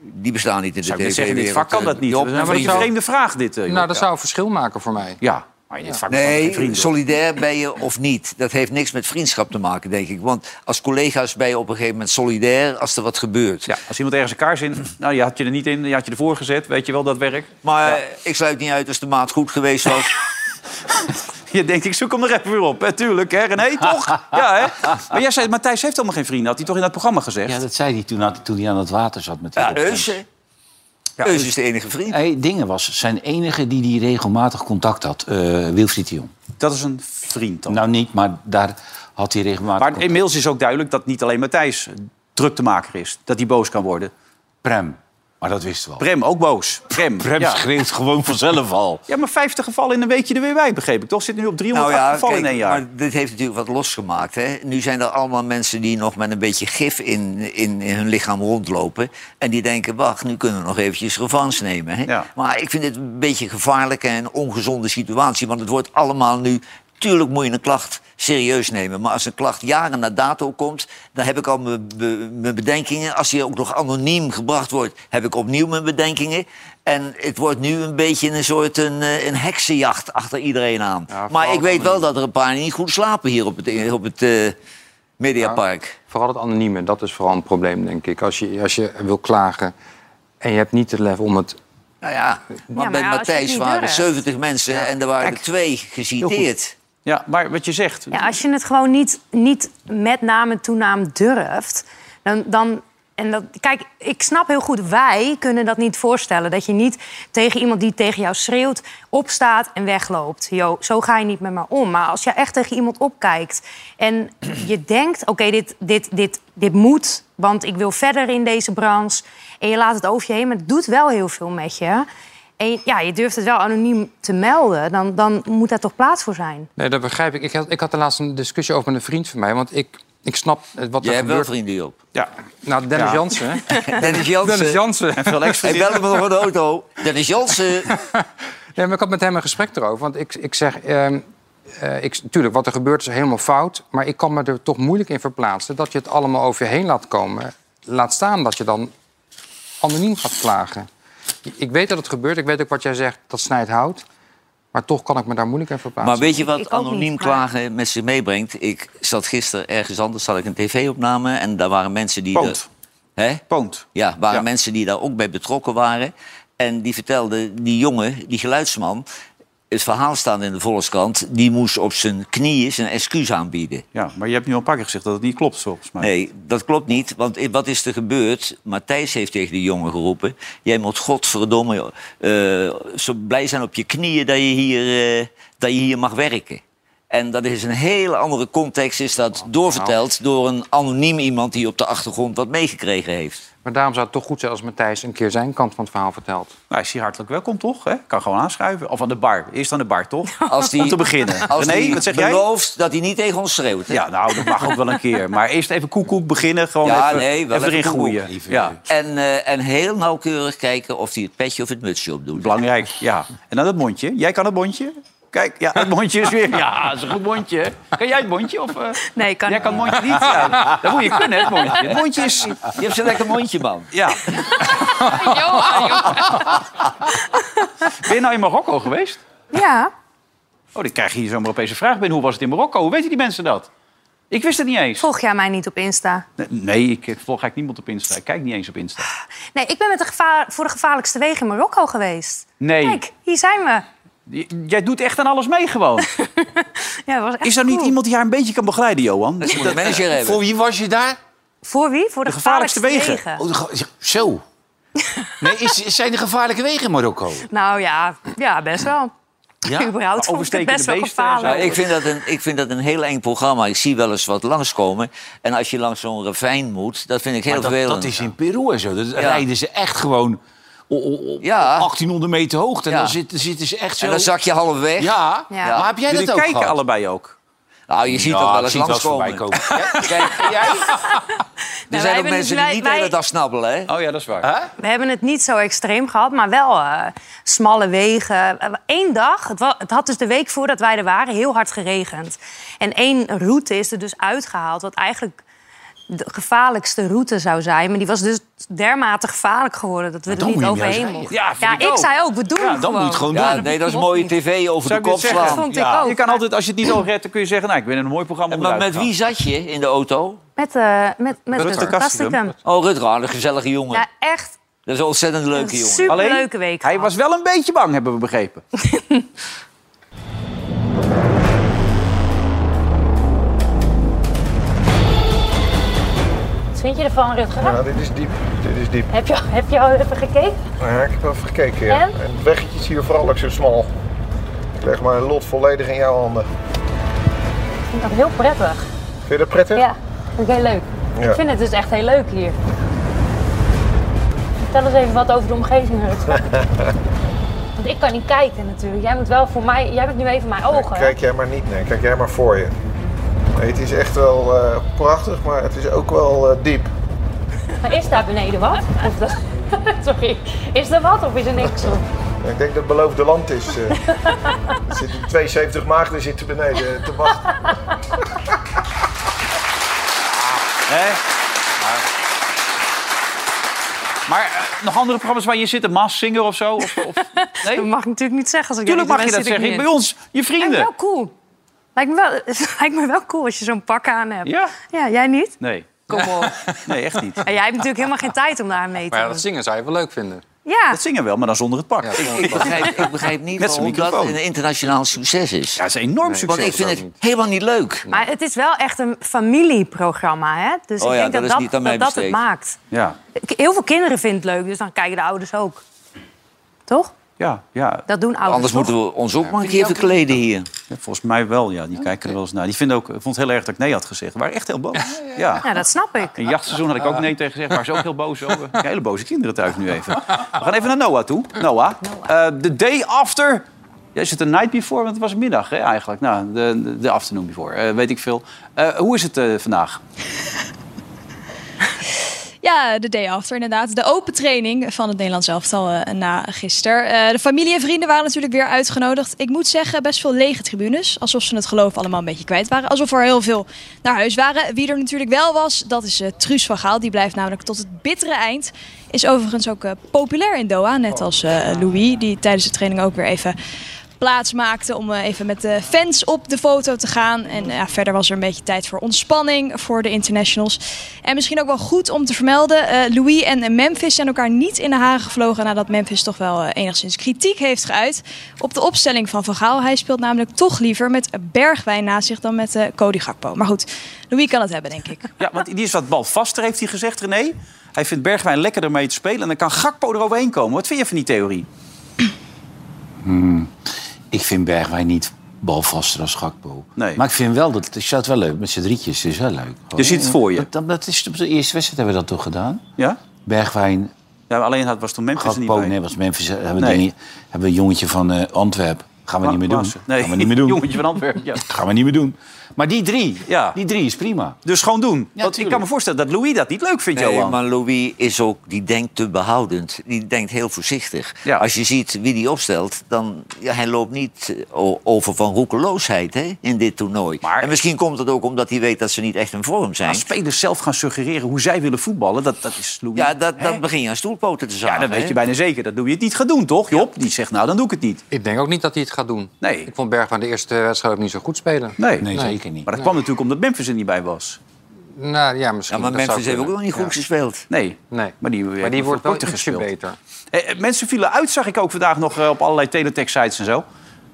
[SPEAKER 4] die bestaan niet in de eh,
[SPEAKER 1] Zou ik net
[SPEAKER 4] tv
[SPEAKER 1] zeggen, in dit vak kan dat niet. Dat is een
[SPEAKER 5] maar dat dus
[SPEAKER 1] vreemde
[SPEAKER 5] zou-
[SPEAKER 1] vreemde vraag, dit. eh, Job.
[SPEAKER 5] nou, dat
[SPEAKER 1] Ja.
[SPEAKER 5] zou een verschil maken voor mij.
[SPEAKER 1] Ja, maar in dit vak kan geen
[SPEAKER 4] Nee,
[SPEAKER 1] vrienden.
[SPEAKER 4] solidair ben je of niet. Dat heeft niks met vriendschap te maken, denk ik. Want als collega's ben je op een gegeven moment solidair als er wat gebeurt.
[SPEAKER 1] Ja, als iemand ergens een kaars in... Nou, je had je er niet in, je had je ervoor gezet. Weet je wel, dat werkt.
[SPEAKER 4] Maar eh, ik sluit niet uit als de maat goed geweest was.
[SPEAKER 1] Je denkt, ik zoek hem er even weer op. Hè, tuurlijk, hè? René, toch? Ja, hè? Maar jij zei, Matthijs heeft helemaal geen vrienden. Had hij toch in dat programma gezegd?
[SPEAKER 3] Ja, dat zei hij toen, aan- toen hij aan het water zat met die
[SPEAKER 4] Ja,
[SPEAKER 3] opstand.
[SPEAKER 4] Eus, hè? Eus is de enige vriend.
[SPEAKER 3] Hey, Dingen was zijn enige die die regelmatig contact had, eh Wilfried de Jong.
[SPEAKER 1] Dat is een vriend dan.
[SPEAKER 3] Nou niet, maar daar had hij regelmatig
[SPEAKER 1] Oh. maar
[SPEAKER 3] contact.
[SPEAKER 1] inmiddels is ook duidelijk dat niet alleen Matthijs druk te maken is. Dat hij boos kan worden.
[SPEAKER 3] Prem. Maar dat wisten we al.
[SPEAKER 1] Prem, ook boos. Prem.
[SPEAKER 3] Prem
[SPEAKER 1] ja.
[SPEAKER 3] schreeuwt gewoon vanzelf al.
[SPEAKER 1] ja, maar 50 gevallen in een weekje er weer bij, begreep ik. Toch zit nu op 300 gevallen
[SPEAKER 4] Nou kijk,
[SPEAKER 1] in één jaar.
[SPEAKER 4] maar dit heeft natuurlijk wat losgemaakt. Hè? Nu zijn er allemaal mensen die nog met een beetje gif in, in, in hun lichaam rondlopen. En die denken, wacht, nu kunnen we nog eventjes revanche nemen. Hè?
[SPEAKER 1] Ja.
[SPEAKER 4] Maar ik vind dit een beetje een gevaarlijke en ongezonde situatie. Want het wordt allemaal nu... Tuurlijk moet je een klacht serieus nemen. Maar als een klacht jaren na dato komt... dan heb ik al mijn be- mijn bedenkingen. Als die ook nog anoniem gebracht wordt... heb ik opnieuw mijn bedenkingen. En het wordt nu een beetje een soort een, eh, een heksenjacht achter iedereen aan. maar ik weet wel dat er een paar niet goed slapen hier op het, op het eh, Mediapark.
[SPEAKER 5] Vooral het anonieme, dat is vooral een probleem, denk ik. Als je, als je wil klagen en je hebt niet het lef om het...
[SPEAKER 4] Nou ja, maar
[SPEAKER 2] maar
[SPEAKER 4] bij
[SPEAKER 2] ja, als je het
[SPEAKER 4] Matthijs
[SPEAKER 2] niet
[SPEAKER 4] waren
[SPEAKER 2] durft.
[SPEAKER 4] 70 mensen en er waren er twee geciteerd.
[SPEAKER 1] Ja, maar wat je zegt...
[SPEAKER 2] Ja, als je het gewoon niet, niet met naam en toenaam durft, dan. dan en dat, kijk, ik snap heel goed, wij kunnen dat niet voorstellen. Dat je niet tegen iemand die tegen jou schreeuwt, opstaat en wegloopt. Yo, zo ga je niet met me om. Maar als je echt tegen iemand opkijkt en je denkt... oké, dit, dit, dit, dit moet, want ik wil verder in deze branche. En je laat het over je heen, maar het doet wel heel veel met je. En je- ja, je durft het wel anoniem te melden. Dan, dan moet daar toch plaats voor zijn.
[SPEAKER 5] Nee, dat begrijp ik. Ik had, ik had er laatst een discussie over met een vriend van mij. Want ik, ik snap eh, wat
[SPEAKER 4] Jij
[SPEAKER 5] er
[SPEAKER 4] hebt wel
[SPEAKER 5] gebeurt.
[SPEAKER 4] vrienden op.
[SPEAKER 1] Ja,
[SPEAKER 5] Nou, Dennis
[SPEAKER 1] Ja.
[SPEAKER 5] Jansen, hè?
[SPEAKER 4] Dennis
[SPEAKER 5] Dennis
[SPEAKER 4] Jansen.
[SPEAKER 5] Jansen.
[SPEAKER 1] veel extra.
[SPEAKER 4] Hij belde me nog van de auto. Dennis Jansen.
[SPEAKER 5] Nee, maar ik had met hem een gesprek erover. Want ik, ik zeg, ehm eh, ik, tuurlijk, wat er gebeurt is helemaal fout. Maar ik kan me er toch moeilijk in verplaatsen dat je het allemaal over je heen laat komen. Laat staan dat je dan anoniem gaat klagen. Ik weet dat het gebeurt. Ik weet ook wat jij zegt, dat snijdt hout. Maar toch kan ik me daar moeilijk in verplaatsen.
[SPEAKER 4] Maar weet je wat
[SPEAKER 2] Ik ook
[SPEAKER 4] anoniem
[SPEAKER 2] niet, maar-
[SPEAKER 4] klagen met zich meebrengt? Ik zat gisteren ergens anders, had ik een tv-opname en daar waren mensen die...
[SPEAKER 1] Poont.
[SPEAKER 4] er- Hè?
[SPEAKER 1] Poont.
[SPEAKER 4] Ja, waren
[SPEAKER 1] Ja.
[SPEAKER 4] mensen die daar ook bij betrokken waren. En die vertelde, die jongen, die geluidsman... het verhaal staat in de Volkskrant... die moest op zijn knieën zijn excuus aanbieden.
[SPEAKER 1] Ja, maar je hebt nu al een paar keer gezegd dat het niet klopt, volgens mij.
[SPEAKER 4] Nee, dat klopt niet. Want i- wat is er gebeurd? Matthijs heeft tegen die jongen geroepen... jij moet godverdomme eh, zo blij zijn op je knieën dat je hier, eh, dat je hier mag werken. En dat is een hele andere context, is dat
[SPEAKER 1] Oh, nou.
[SPEAKER 4] doorverteld door een anoniem iemand die op de achtergrond wat meegekregen heeft.
[SPEAKER 5] Maar daarom zou het toch goed zijn als Matthijs een keer zijn kant van het verhaal vertelt.
[SPEAKER 1] Nou, is hier hartelijk welkom, toch? Hè? Kan gewoon aanschuiven. Of aan de bar. Eerst aan de bar, toch?
[SPEAKER 4] Als die,
[SPEAKER 1] Om te beginnen.
[SPEAKER 4] Als
[SPEAKER 1] René,
[SPEAKER 4] die
[SPEAKER 1] wat zeg jij?
[SPEAKER 4] belooft dat hij niet tegen ons schreeuwt. hè?
[SPEAKER 1] Ja, nou, dat mag ook wel een keer. Maar eerst even koekoek beginnen. Gewoon
[SPEAKER 4] Ja,
[SPEAKER 1] even,
[SPEAKER 4] nee, wel
[SPEAKER 1] even erin
[SPEAKER 4] even koekoek.
[SPEAKER 1] groeien. Ja,
[SPEAKER 4] En, eh, en heel nauwkeurig kijken of hij het petje of het mutsje opdoet.
[SPEAKER 1] belangrijk. Ja. En dan dat mondje. Jij kan het mondje. Kijk, ja, het mondje is weer... Ja, dat is een goed mondje. hè? Kan jij het mondje? Of, eh,
[SPEAKER 2] Nee, kan
[SPEAKER 1] jij
[SPEAKER 2] niet.
[SPEAKER 1] kan het mondje niet? Ja, dat moet je kunnen, het mondje. Het mondje is...
[SPEAKER 4] Je hebt zo'n lekker mondje, man.
[SPEAKER 1] Ja. Ben je nou in Marokko geweest?
[SPEAKER 2] Ja.
[SPEAKER 1] Oh, dan krijg je hier zomaar opeens een vraag binnen. Hoe was het in Marokko? Hoe weten die mensen dat? Ik wist het niet eens.
[SPEAKER 2] Volg jij mij niet op Insta?
[SPEAKER 1] Nee, Nee, ik volg eigenlijk niemand op Insta. Ik kijk niet eens op Insta.
[SPEAKER 2] Nee, ik ben met de gevaar, voor de gevaarlijkste wegen in Marokko geweest.
[SPEAKER 1] Nee.
[SPEAKER 2] Kijk, hier zijn we.
[SPEAKER 1] J- Jij doet echt aan alles mee gewoon.
[SPEAKER 2] Ja, dat was echt
[SPEAKER 1] Is er niet
[SPEAKER 2] cool.
[SPEAKER 1] iemand die haar een beetje kan begeleiden, Johan?
[SPEAKER 4] Dat moet een manager hebben.
[SPEAKER 3] Voor wie was je daar?
[SPEAKER 2] Voor wie? Voor de,
[SPEAKER 1] De
[SPEAKER 2] gevaarlijkste,
[SPEAKER 1] gevaarlijkste
[SPEAKER 2] wegen.
[SPEAKER 3] Oh, de ge- zo. Nee, is, zijn er gevaarlijke wegen in Marokko?
[SPEAKER 2] Nou ja, ja, best wel. Ja, Überhaupt vond ik het
[SPEAKER 1] overstekende
[SPEAKER 2] best wel
[SPEAKER 1] beesten en zo.
[SPEAKER 2] gevaarlijk.
[SPEAKER 4] Nou, ik, vind dat een, ik vind dat een heel eng programma. Ik zie wel eens wat langskomen. En als je langs zo'n ravijn moet, dat vind ik heel
[SPEAKER 3] Maar dat,
[SPEAKER 4] vervelend.
[SPEAKER 3] dat is in Peru en zo. Dat rijden ze echt gewoon op, op, op
[SPEAKER 4] Ja.
[SPEAKER 3] 1800 meter hoogte. En
[SPEAKER 4] Ja.
[SPEAKER 3] dan zitten, zitten ze echt zo.
[SPEAKER 4] En dan zak je half weg.
[SPEAKER 3] ja.
[SPEAKER 2] Ja.
[SPEAKER 3] maar heb jij
[SPEAKER 1] Jullie
[SPEAKER 3] dat ook
[SPEAKER 1] kijken
[SPEAKER 3] gehad?
[SPEAKER 1] allebei ook.
[SPEAKER 4] Nou, je ziet
[SPEAKER 3] Ja,
[SPEAKER 4] toch wel
[SPEAKER 3] ik
[SPEAKER 4] eens
[SPEAKER 3] zie het wel eens
[SPEAKER 4] langskomen.
[SPEAKER 3] voorbij komen.
[SPEAKER 4] Kijk, en jij? Er
[SPEAKER 2] wij
[SPEAKER 4] zijn ook
[SPEAKER 2] hebben
[SPEAKER 4] mensen
[SPEAKER 2] dus- wij-
[SPEAKER 4] die niet de hele
[SPEAKER 2] wij-
[SPEAKER 4] dag snabbelen, hè?
[SPEAKER 1] Oh ja, dat is waar.
[SPEAKER 2] We hebben het niet zo extreem gehad, maar wel eh, smalle wegen. Eén dag, het, wa- het had dus de week voordat wij er waren heel hard geregend. En één route is er dus uitgehaald, wat eigenlijk de gevaarlijkste route zou zijn. Maar die was dus dermate gevaarlijk geworden dat we er
[SPEAKER 3] dan
[SPEAKER 2] niet
[SPEAKER 3] moet je hem
[SPEAKER 2] overheen
[SPEAKER 3] juist
[SPEAKER 2] mochten.
[SPEAKER 1] rijden. Ja, vind ik
[SPEAKER 2] ik,
[SPEAKER 1] ook.
[SPEAKER 2] zei ook, we doen het
[SPEAKER 3] Dan moet je
[SPEAKER 2] gewoon.
[SPEAKER 3] het gewoon
[SPEAKER 4] Ja,
[SPEAKER 3] doen.
[SPEAKER 4] nee, dat is
[SPEAKER 2] klopt
[SPEAKER 4] mooie
[SPEAKER 2] niet.
[SPEAKER 4] tv
[SPEAKER 1] Zou
[SPEAKER 4] over de
[SPEAKER 1] ik dit
[SPEAKER 4] kop
[SPEAKER 1] zeggen?
[SPEAKER 4] slaan.
[SPEAKER 2] vond ik ook.
[SPEAKER 1] Je kan altijd, als je het niet al redt, dan kun je zeggen... Nou, ik ben in een mooi programma
[SPEAKER 4] Maar met
[SPEAKER 1] onderuit
[SPEAKER 4] wie zat je in de auto?
[SPEAKER 2] Met, eh met, met
[SPEAKER 1] Rutger
[SPEAKER 2] Rutger
[SPEAKER 1] Kastrikum.
[SPEAKER 2] Kastrikum.
[SPEAKER 4] Oh, Rutger, een gezellige jongen.
[SPEAKER 2] Ja, echt
[SPEAKER 4] Dat is een ontzettend leuke
[SPEAKER 2] een
[SPEAKER 4] jongen.
[SPEAKER 2] superleuke week
[SPEAKER 1] Hij
[SPEAKER 2] gehad.
[SPEAKER 1] was wel een beetje bang, hebben we begrepen.
[SPEAKER 6] Wat vind je ervan, Rutger?
[SPEAKER 7] Ja, dit is diep. Dit is diep.
[SPEAKER 6] Heb, je, heb je al even gekeken?
[SPEAKER 7] Ja, ik heb even gekeken. Ja.
[SPEAKER 6] En?
[SPEAKER 7] En het weggetje is hier vooral ook zo smal. Ik leg mijn lot volledig in jouw handen.
[SPEAKER 6] Ik vind dat heel prettig.
[SPEAKER 7] Vind je dat prettig?
[SPEAKER 6] Ja, vind ik heel leuk.
[SPEAKER 7] Ja.
[SPEAKER 6] Ik vind het dus echt heel leuk hier. Vertel eens even wat over de omgeving, Rutger. Want ik kan niet kijken natuurlijk. Jij moet wel voor mij... Jij bent nu even mijn ogen.
[SPEAKER 7] Kijk jij maar niet, nee. Kijk jij maar voor je. Nee, het is echt wel eh, prachtig, maar het is ook wel eh, diep.
[SPEAKER 6] Maar is daar beneden wat? Of dat... Sorry. Is er wat of is er niks?
[SPEAKER 7] Ik denk dat het beloofde land is. eh. er zitten 72 maagden zitten beneden eh, te wachten.
[SPEAKER 1] Hè? Maar eh, nog andere programma's waar je zit, een Maas Singer of zo? Of, of, nee?
[SPEAKER 2] Dat mag ik natuurlijk niet zeggen. Als ik
[SPEAKER 1] Tuurlijk
[SPEAKER 2] daar
[SPEAKER 1] mag
[SPEAKER 2] niet
[SPEAKER 1] je dat
[SPEAKER 2] ben, zit
[SPEAKER 1] zeggen. Bij
[SPEAKER 2] ik niet
[SPEAKER 1] ons, je
[SPEAKER 2] in. Lijkt me
[SPEAKER 1] vrienden.
[SPEAKER 2] wel cool. Lijkt me wel, lijkt me wel cool als je zo'n pak aan hebt.
[SPEAKER 1] Ja?
[SPEAKER 2] Ja, jij niet?
[SPEAKER 1] Nee.
[SPEAKER 2] Kom op.
[SPEAKER 1] nee, echt niet.
[SPEAKER 2] En jij hebt natuurlijk helemaal geen tijd om daar mee te
[SPEAKER 5] Maar ja,
[SPEAKER 2] doen.
[SPEAKER 5] dat zingen zou je wel leuk vinden.
[SPEAKER 2] Ja,
[SPEAKER 1] Dat zingen we wel, maar dan zonder het pak. Ja,
[SPEAKER 5] Ja,
[SPEAKER 4] Ik begrijp, ik begrijp niet
[SPEAKER 1] Met zijn
[SPEAKER 4] waarom dat
[SPEAKER 1] microfoon.
[SPEAKER 4] een internationaal succes is.
[SPEAKER 1] dat is een enorm succes.
[SPEAKER 4] Want ik vind het helemaal niet leuk.
[SPEAKER 2] maar het is wel echt een familieprogramma, hè? Dus
[SPEAKER 4] Oh
[SPEAKER 2] ik
[SPEAKER 4] ja,
[SPEAKER 2] denk
[SPEAKER 4] dat
[SPEAKER 2] dat
[SPEAKER 4] is
[SPEAKER 2] dat,
[SPEAKER 4] niet aan mij
[SPEAKER 2] dat, dat het
[SPEAKER 4] besteed.
[SPEAKER 2] maakt.
[SPEAKER 1] Ja,
[SPEAKER 2] Ik- Heel veel kinderen vinden het leuk, dus dan kijken de ouders ook. Toch?
[SPEAKER 1] ja, ja,
[SPEAKER 2] Dat doen ouders,
[SPEAKER 4] Anders
[SPEAKER 2] toch?
[SPEAKER 4] moeten we ons ook maar een keer verkleden hier.
[SPEAKER 1] Ja, Volgens mij wel, ja. Die kijken er wel eens naar. Die vinden ook, eh, vond het heel erg dat ik nee had gezegd. We waren echt heel boos. Ja.
[SPEAKER 2] Ja, dat snap ik.
[SPEAKER 1] In jachtseizoen had ik ook nee tegen gezegd. Maar ze ook heel boos over. Ja, hele boze kinderen thuis nu even. We gaan even naar Noah toe. Noah, eh, de day after... Ja, is het een night before? Want het was middag, hè, eigenlijk. Nou, de, de- de afternoon before, eh, weet ik veel. Eh, hoe is het eh, vandaag?
[SPEAKER 8] Ja, de day after inderdaad. De open training van het Nederlands elftal eh, na gisteren. Eh, de familie en vrienden waren natuurlijk weer uitgenodigd. Ik moet zeggen, best veel lege tribunes. Alsof ze het geloof allemaal een beetje kwijt waren. Alsof er heel veel naar huis waren. Wie er natuurlijk wel was, dat is eh, Truus van Gaal. Die blijft namelijk tot het bittere eind. Is overigens ook eh, populair in Doha. Net als eh, Louis, die tijdens de training ook weer even plaats maakte om eh, even met de fans op de foto te gaan. En eh, ja, verder was er een beetje tijd voor ontspanning voor de internationals. En misschien ook wel goed om te vermelden, eh, Louis en eh, Memphis zijn elkaar niet in de haren gevlogen nadat Memphis toch wel eh, enigszins kritiek heeft geuit op de opstelling van Van Gaal. Hij speelt namelijk toch liever met Bergwijn naast zich dan met eh Cody Gakpo. Maar goed, Louis kan het hebben, denk ik.
[SPEAKER 1] Ja, want die is wat balvaster, heeft hij gezegd, René. Hij vindt Bergwijn lekkerder mee te spelen. En dan kan Gakpo eroverheen komen. Wat vind je van die theorie?
[SPEAKER 3] Ik vind Bergwijn niet balvaster als Gakpo.
[SPEAKER 1] Nee.
[SPEAKER 3] Maar ik vind wel dat ik zou het wel leuk met z'n drietjes. Het is wel leuk. Gewoon.
[SPEAKER 1] ziet het voor je?
[SPEAKER 3] Dat, dat, dat is op de eerste wedstrijd hebben we dat toch gedaan.
[SPEAKER 1] Ja?
[SPEAKER 3] Bergwijn,
[SPEAKER 1] ja maar alleen had, was toen Memphis er niet
[SPEAKER 3] Gakpo,
[SPEAKER 1] bij.
[SPEAKER 3] nee, was Memphis. eh, Hebben we
[SPEAKER 1] Nee.
[SPEAKER 3] dingen- hebben we een jongetje van eh Antwerpen. Gaan we
[SPEAKER 1] Kla-
[SPEAKER 3] niet meer doen.
[SPEAKER 1] Klaassen. Nee,
[SPEAKER 3] Gaan we niet meer doen.
[SPEAKER 1] jongetje van Antwerpen. Ja.
[SPEAKER 3] Gaan we niet meer doen. Maar die drie,
[SPEAKER 1] Ja.
[SPEAKER 3] die drie is prima.
[SPEAKER 1] Dus gewoon doen. Want ik
[SPEAKER 3] tuurlijk.
[SPEAKER 1] kan me voorstellen dat Louis dat niet leuk vindt,
[SPEAKER 4] Nee,
[SPEAKER 1] Johan.
[SPEAKER 4] maar Louis is ook, die denkt te behoudend. Die denkt heel voorzichtig.
[SPEAKER 1] Ja.
[SPEAKER 4] Als je ziet wie die opstelt, dan ja, hij loopt niet eh, o- over van roekeloosheid hè, in dit toernooi.
[SPEAKER 1] Maar-
[SPEAKER 4] En misschien komt dat ook omdat hij weet dat ze niet echt in vorm zijn.
[SPEAKER 1] Als spelers zelf gaan suggereren hoe zij willen voetballen, dat, dat is Louis.
[SPEAKER 4] Ja, dat, dan begin je aan stoelpoten te zagen.
[SPEAKER 1] Ja, dat weet
[SPEAKER 4] hè.
[SPEAKER 1] je bijna zeker. Dat Louis het niet gaat doen, toch? Job, die zegt, nou, dan doe ik het niet.
[SPEAKER 5] Ik denk ook niet dat hij het gaat doen.
[SPEAKER 1] Nee.
[SPEAKER 5] Ik vond Bergwijn de eerste wedstrijd ook niet zo goed spelen.
[SPEAKER 1] Nee.
[SPEAKER 3] Nee, zeker niet.
[SPEAKER 1] Maar dat kwam natuurlijk omdat Memphis er niet bij was.
[SPEAKER 5] Nou ja,
[SPEAKER 4] Ja,
[SPEAKER 5] misschien.
[SPEAKER 4] maar
[SPEAKER 5] dat zou
[SPEAKER 4] Memphis heeft ook
[SPEAKER 5] kunnen.
[SPEAKER 4] nog niet goed
[SPEAKER 5] Ja.
[SPEAKER 4] gespeeld. eh,
[SPEAKER 1] Nee.
[SPEAKER 5] Nee.
[SPEAKER 1] Maar die,
[SPEAKER 5] Maar die wordt wel
[SPEAKER 1] wordt
[SPEAKER 5] ietsje
[SPEAKER 1] gespeeld.
[SPEAKER 5] beter.
[SPEAKER 1] Eh, eh, mensen vielen uit, zag ik ook vandaag nog eh, op allerlei teletext-sites en zo.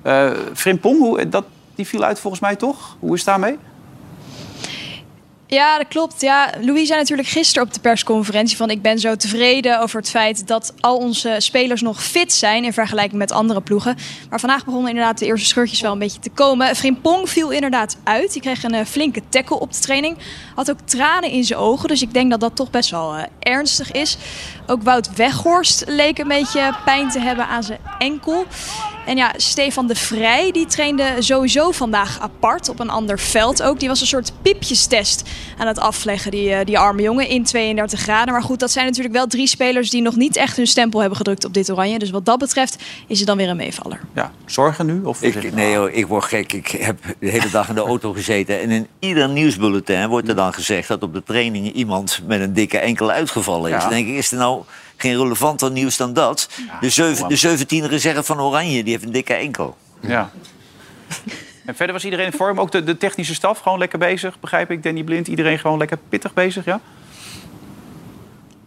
[SPEAKER 1] Eh Frimpong, hoe, eh, dat, die viel uit volgens mij toch? Hoe is het daarmee?
[SPEAKER 8] Ja, dat klopt. Ja, Louis zei natuurlijk gisteren op de persconferentie van ik ben zo tevreden over het feit dat al onze spelers nog fit zijn in vergelijking met andere ploegen. Maar vandaag begonnen inderdaad de eerste scheurtjes wel een beetje te komen. Frimpong viel inderdaad uit. Die kreeg een eh, flinke tackle op de training. Had ook tranen in zijn ogen, dus ik denk dat dat toch best wel eh, ernstig is. Ook Wout Weghorst leek een beetje pijn te hebben aan zijn enkel. En ja, Stefan de Vrij die trainde sowieso vandaag apart op een ander veld ook. Die was een soort piepjestest aan het afleggen, die, eh, die arme jongen, in 32 graden. Maar goed, dat zijn natuurlijk wel drie spelers die nog niet echt hun stempel hebben gedrukt op dit oranje. Dus wat dat betreft is het dan weer een meevaller.
[SPEAKER 1] Ja, zorgen nu? Of
[SPEAKER 4] Ik, nee hoor, ik word gek. Ik heb de hele dag in de auto gezeten. En in ieder nieuwsbulletin wordt er dan gezegd... dat op de training iemand met een dikke enkel uitgevallen is.
[SPEAKER 1] Ja.
[SPEAKER 4] Dan denk ik, is er nou geen relevanter nieuws dan dat? De, zeven, de 17 reserve van Oranje, die heeft een dikke enkel.
[SPEAKER 1] Ja. En verder was iedereen in vorm, ook de, de technische staf gewoon lekker bezig, begrijp ik. Danny Blind, iedereen gewoon lekker pittig bezig, ja?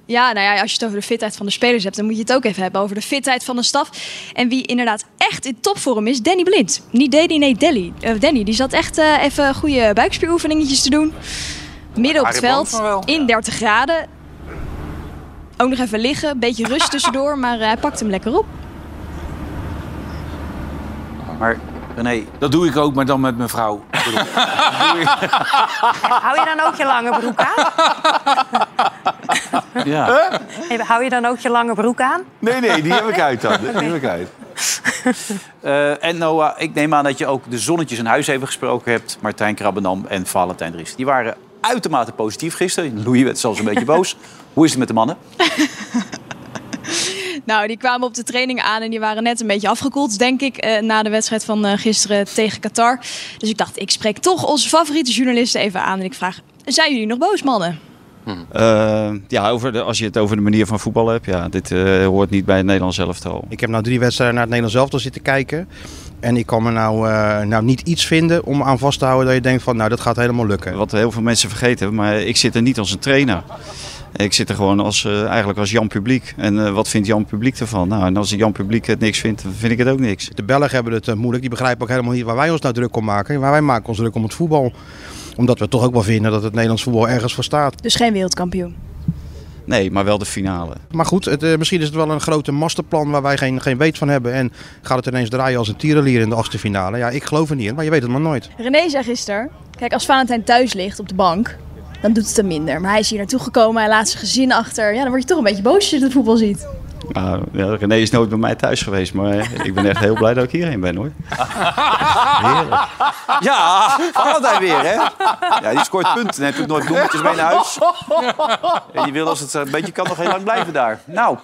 [SPEAKER 8] Ja, nou ja, als je het over de fitheid van de spelers hebt, dan moet je het ook even hebben over de fitheid van de staf. En wie inderdaad echt in topvorm is, Danny Blind. Niet Danny, nee, Danny. Eh, Danny, die zat echt eh, even goede buikspieroefeningetjes te doen. Midden op het
[SPEAKER 5] Arie Band
[SPEAKER 8] veld,
[SPEAKER 5] maar wel.
[SPEAKER 8] in 30 graden. Ook nog even liggen, een beetje rust tussendoor, maar eh, hij pakt hem lekker op.
[SPEAKER 1] Maar René,
[SPEAKER 3] Dat doe ik ook, maar dan met mijn vrouw.
[SPEAKER 2] Hou je dan ook je lange broek aan?
[SPEAKER 1] ja.
[SPEAKER 2] Nee, Hou je dan ook je lange broek aan?
[SPEAKER 3] Nee, nee, die heb ik uit dan. Die heb ik uit.
[SPEAKER 1] Eh, en Noah, ik neem aan dat je ook de zonnetjes in huis even gesproken hebt. Martijn Krabbenam en Valentijn Dries. Die waren uitermate positief gisteren. Louis werd zelfs een beetje boos. Hoe is het met de mannen?
[SPEAKER 8] Nou, die kwamen op de training aan en die waren net een beetje afgekoeld, denk ik, eh, na de wedstrijd van eh, gisteren tegen Qatar. Dus ik dacht, ik spreek toch onze favoriete journalisten even aan en ik vraag, zijn jullie nog boos, mannen?
[SPEAKER 9] Eh, ja, over de, als je het over de manier van voetballen hebt, ja, dit eh, hoort niet bij het Nederlands elftal.
[SPEAKER 10] Ik heb nou drie wedstrijden naar het Nederlands elftal zitten kijken. En ik kan me nou, eh, nou niet iets vinden om aan vast te houden dat je denkt van nou dat gaat helemaal lukken.
[SPEAKER 9] Wat heel veel mensen vergeten, maar ik zit er niet als een trainer. Ik zit er gewoon als, eh, eigenlijk als Jan Publiek. En eh, wat vindt Jan Publiek ervan? Nou, en als Jan Publiek het niks vindt, dan vind ik het ook niks.
[SPEAKER 10] De Belgen hebben het eh, moeilijk, die begrijpen ook helemaal niet waar wij ons nou druk om maken. Maar wij maken ons druk om het voetbal. Omdat we toch ook wel vinden dat het Nederlands voetbal ergens voor staat.
[SPEAKER 8] Dus geen wereldkampioen.
[SPEAKER 9] Nee, maar wel de finale.
[SPEAKER 10] Maar goed, het, eh, misschien is het wel een grote masterplan waar wij geen, geen weet van hebben. En gaat het ineens draaien als een tierenlier in de achtste finale. Ja, ik geloof er niet in, maar je weet het maar nooit.
[SPEAKER 8] René zei gisteren, kijk, als Valentijn thuis ligt op de bank, dan doet het hem minder. Maar hij is hier naartoe gekomen, hij laat zijn gezin achter. Ja, dan word je toch een beetje boos als je het voetbal ziet.
[SPEAKER 9] Nou, ja, René is nooit bij mij thuis geweest, maar eh, ik ben echt heel blij dat ik hierheen ben hoor.
[SPEAKER 1] Ja, Valentijn weer, hè? Ja, die scoort punten. Dan heb je ook nooit bloemetjes mee naar huis. En die wil als het eh, een beetje kan nog heel lang blijven daar. Nou,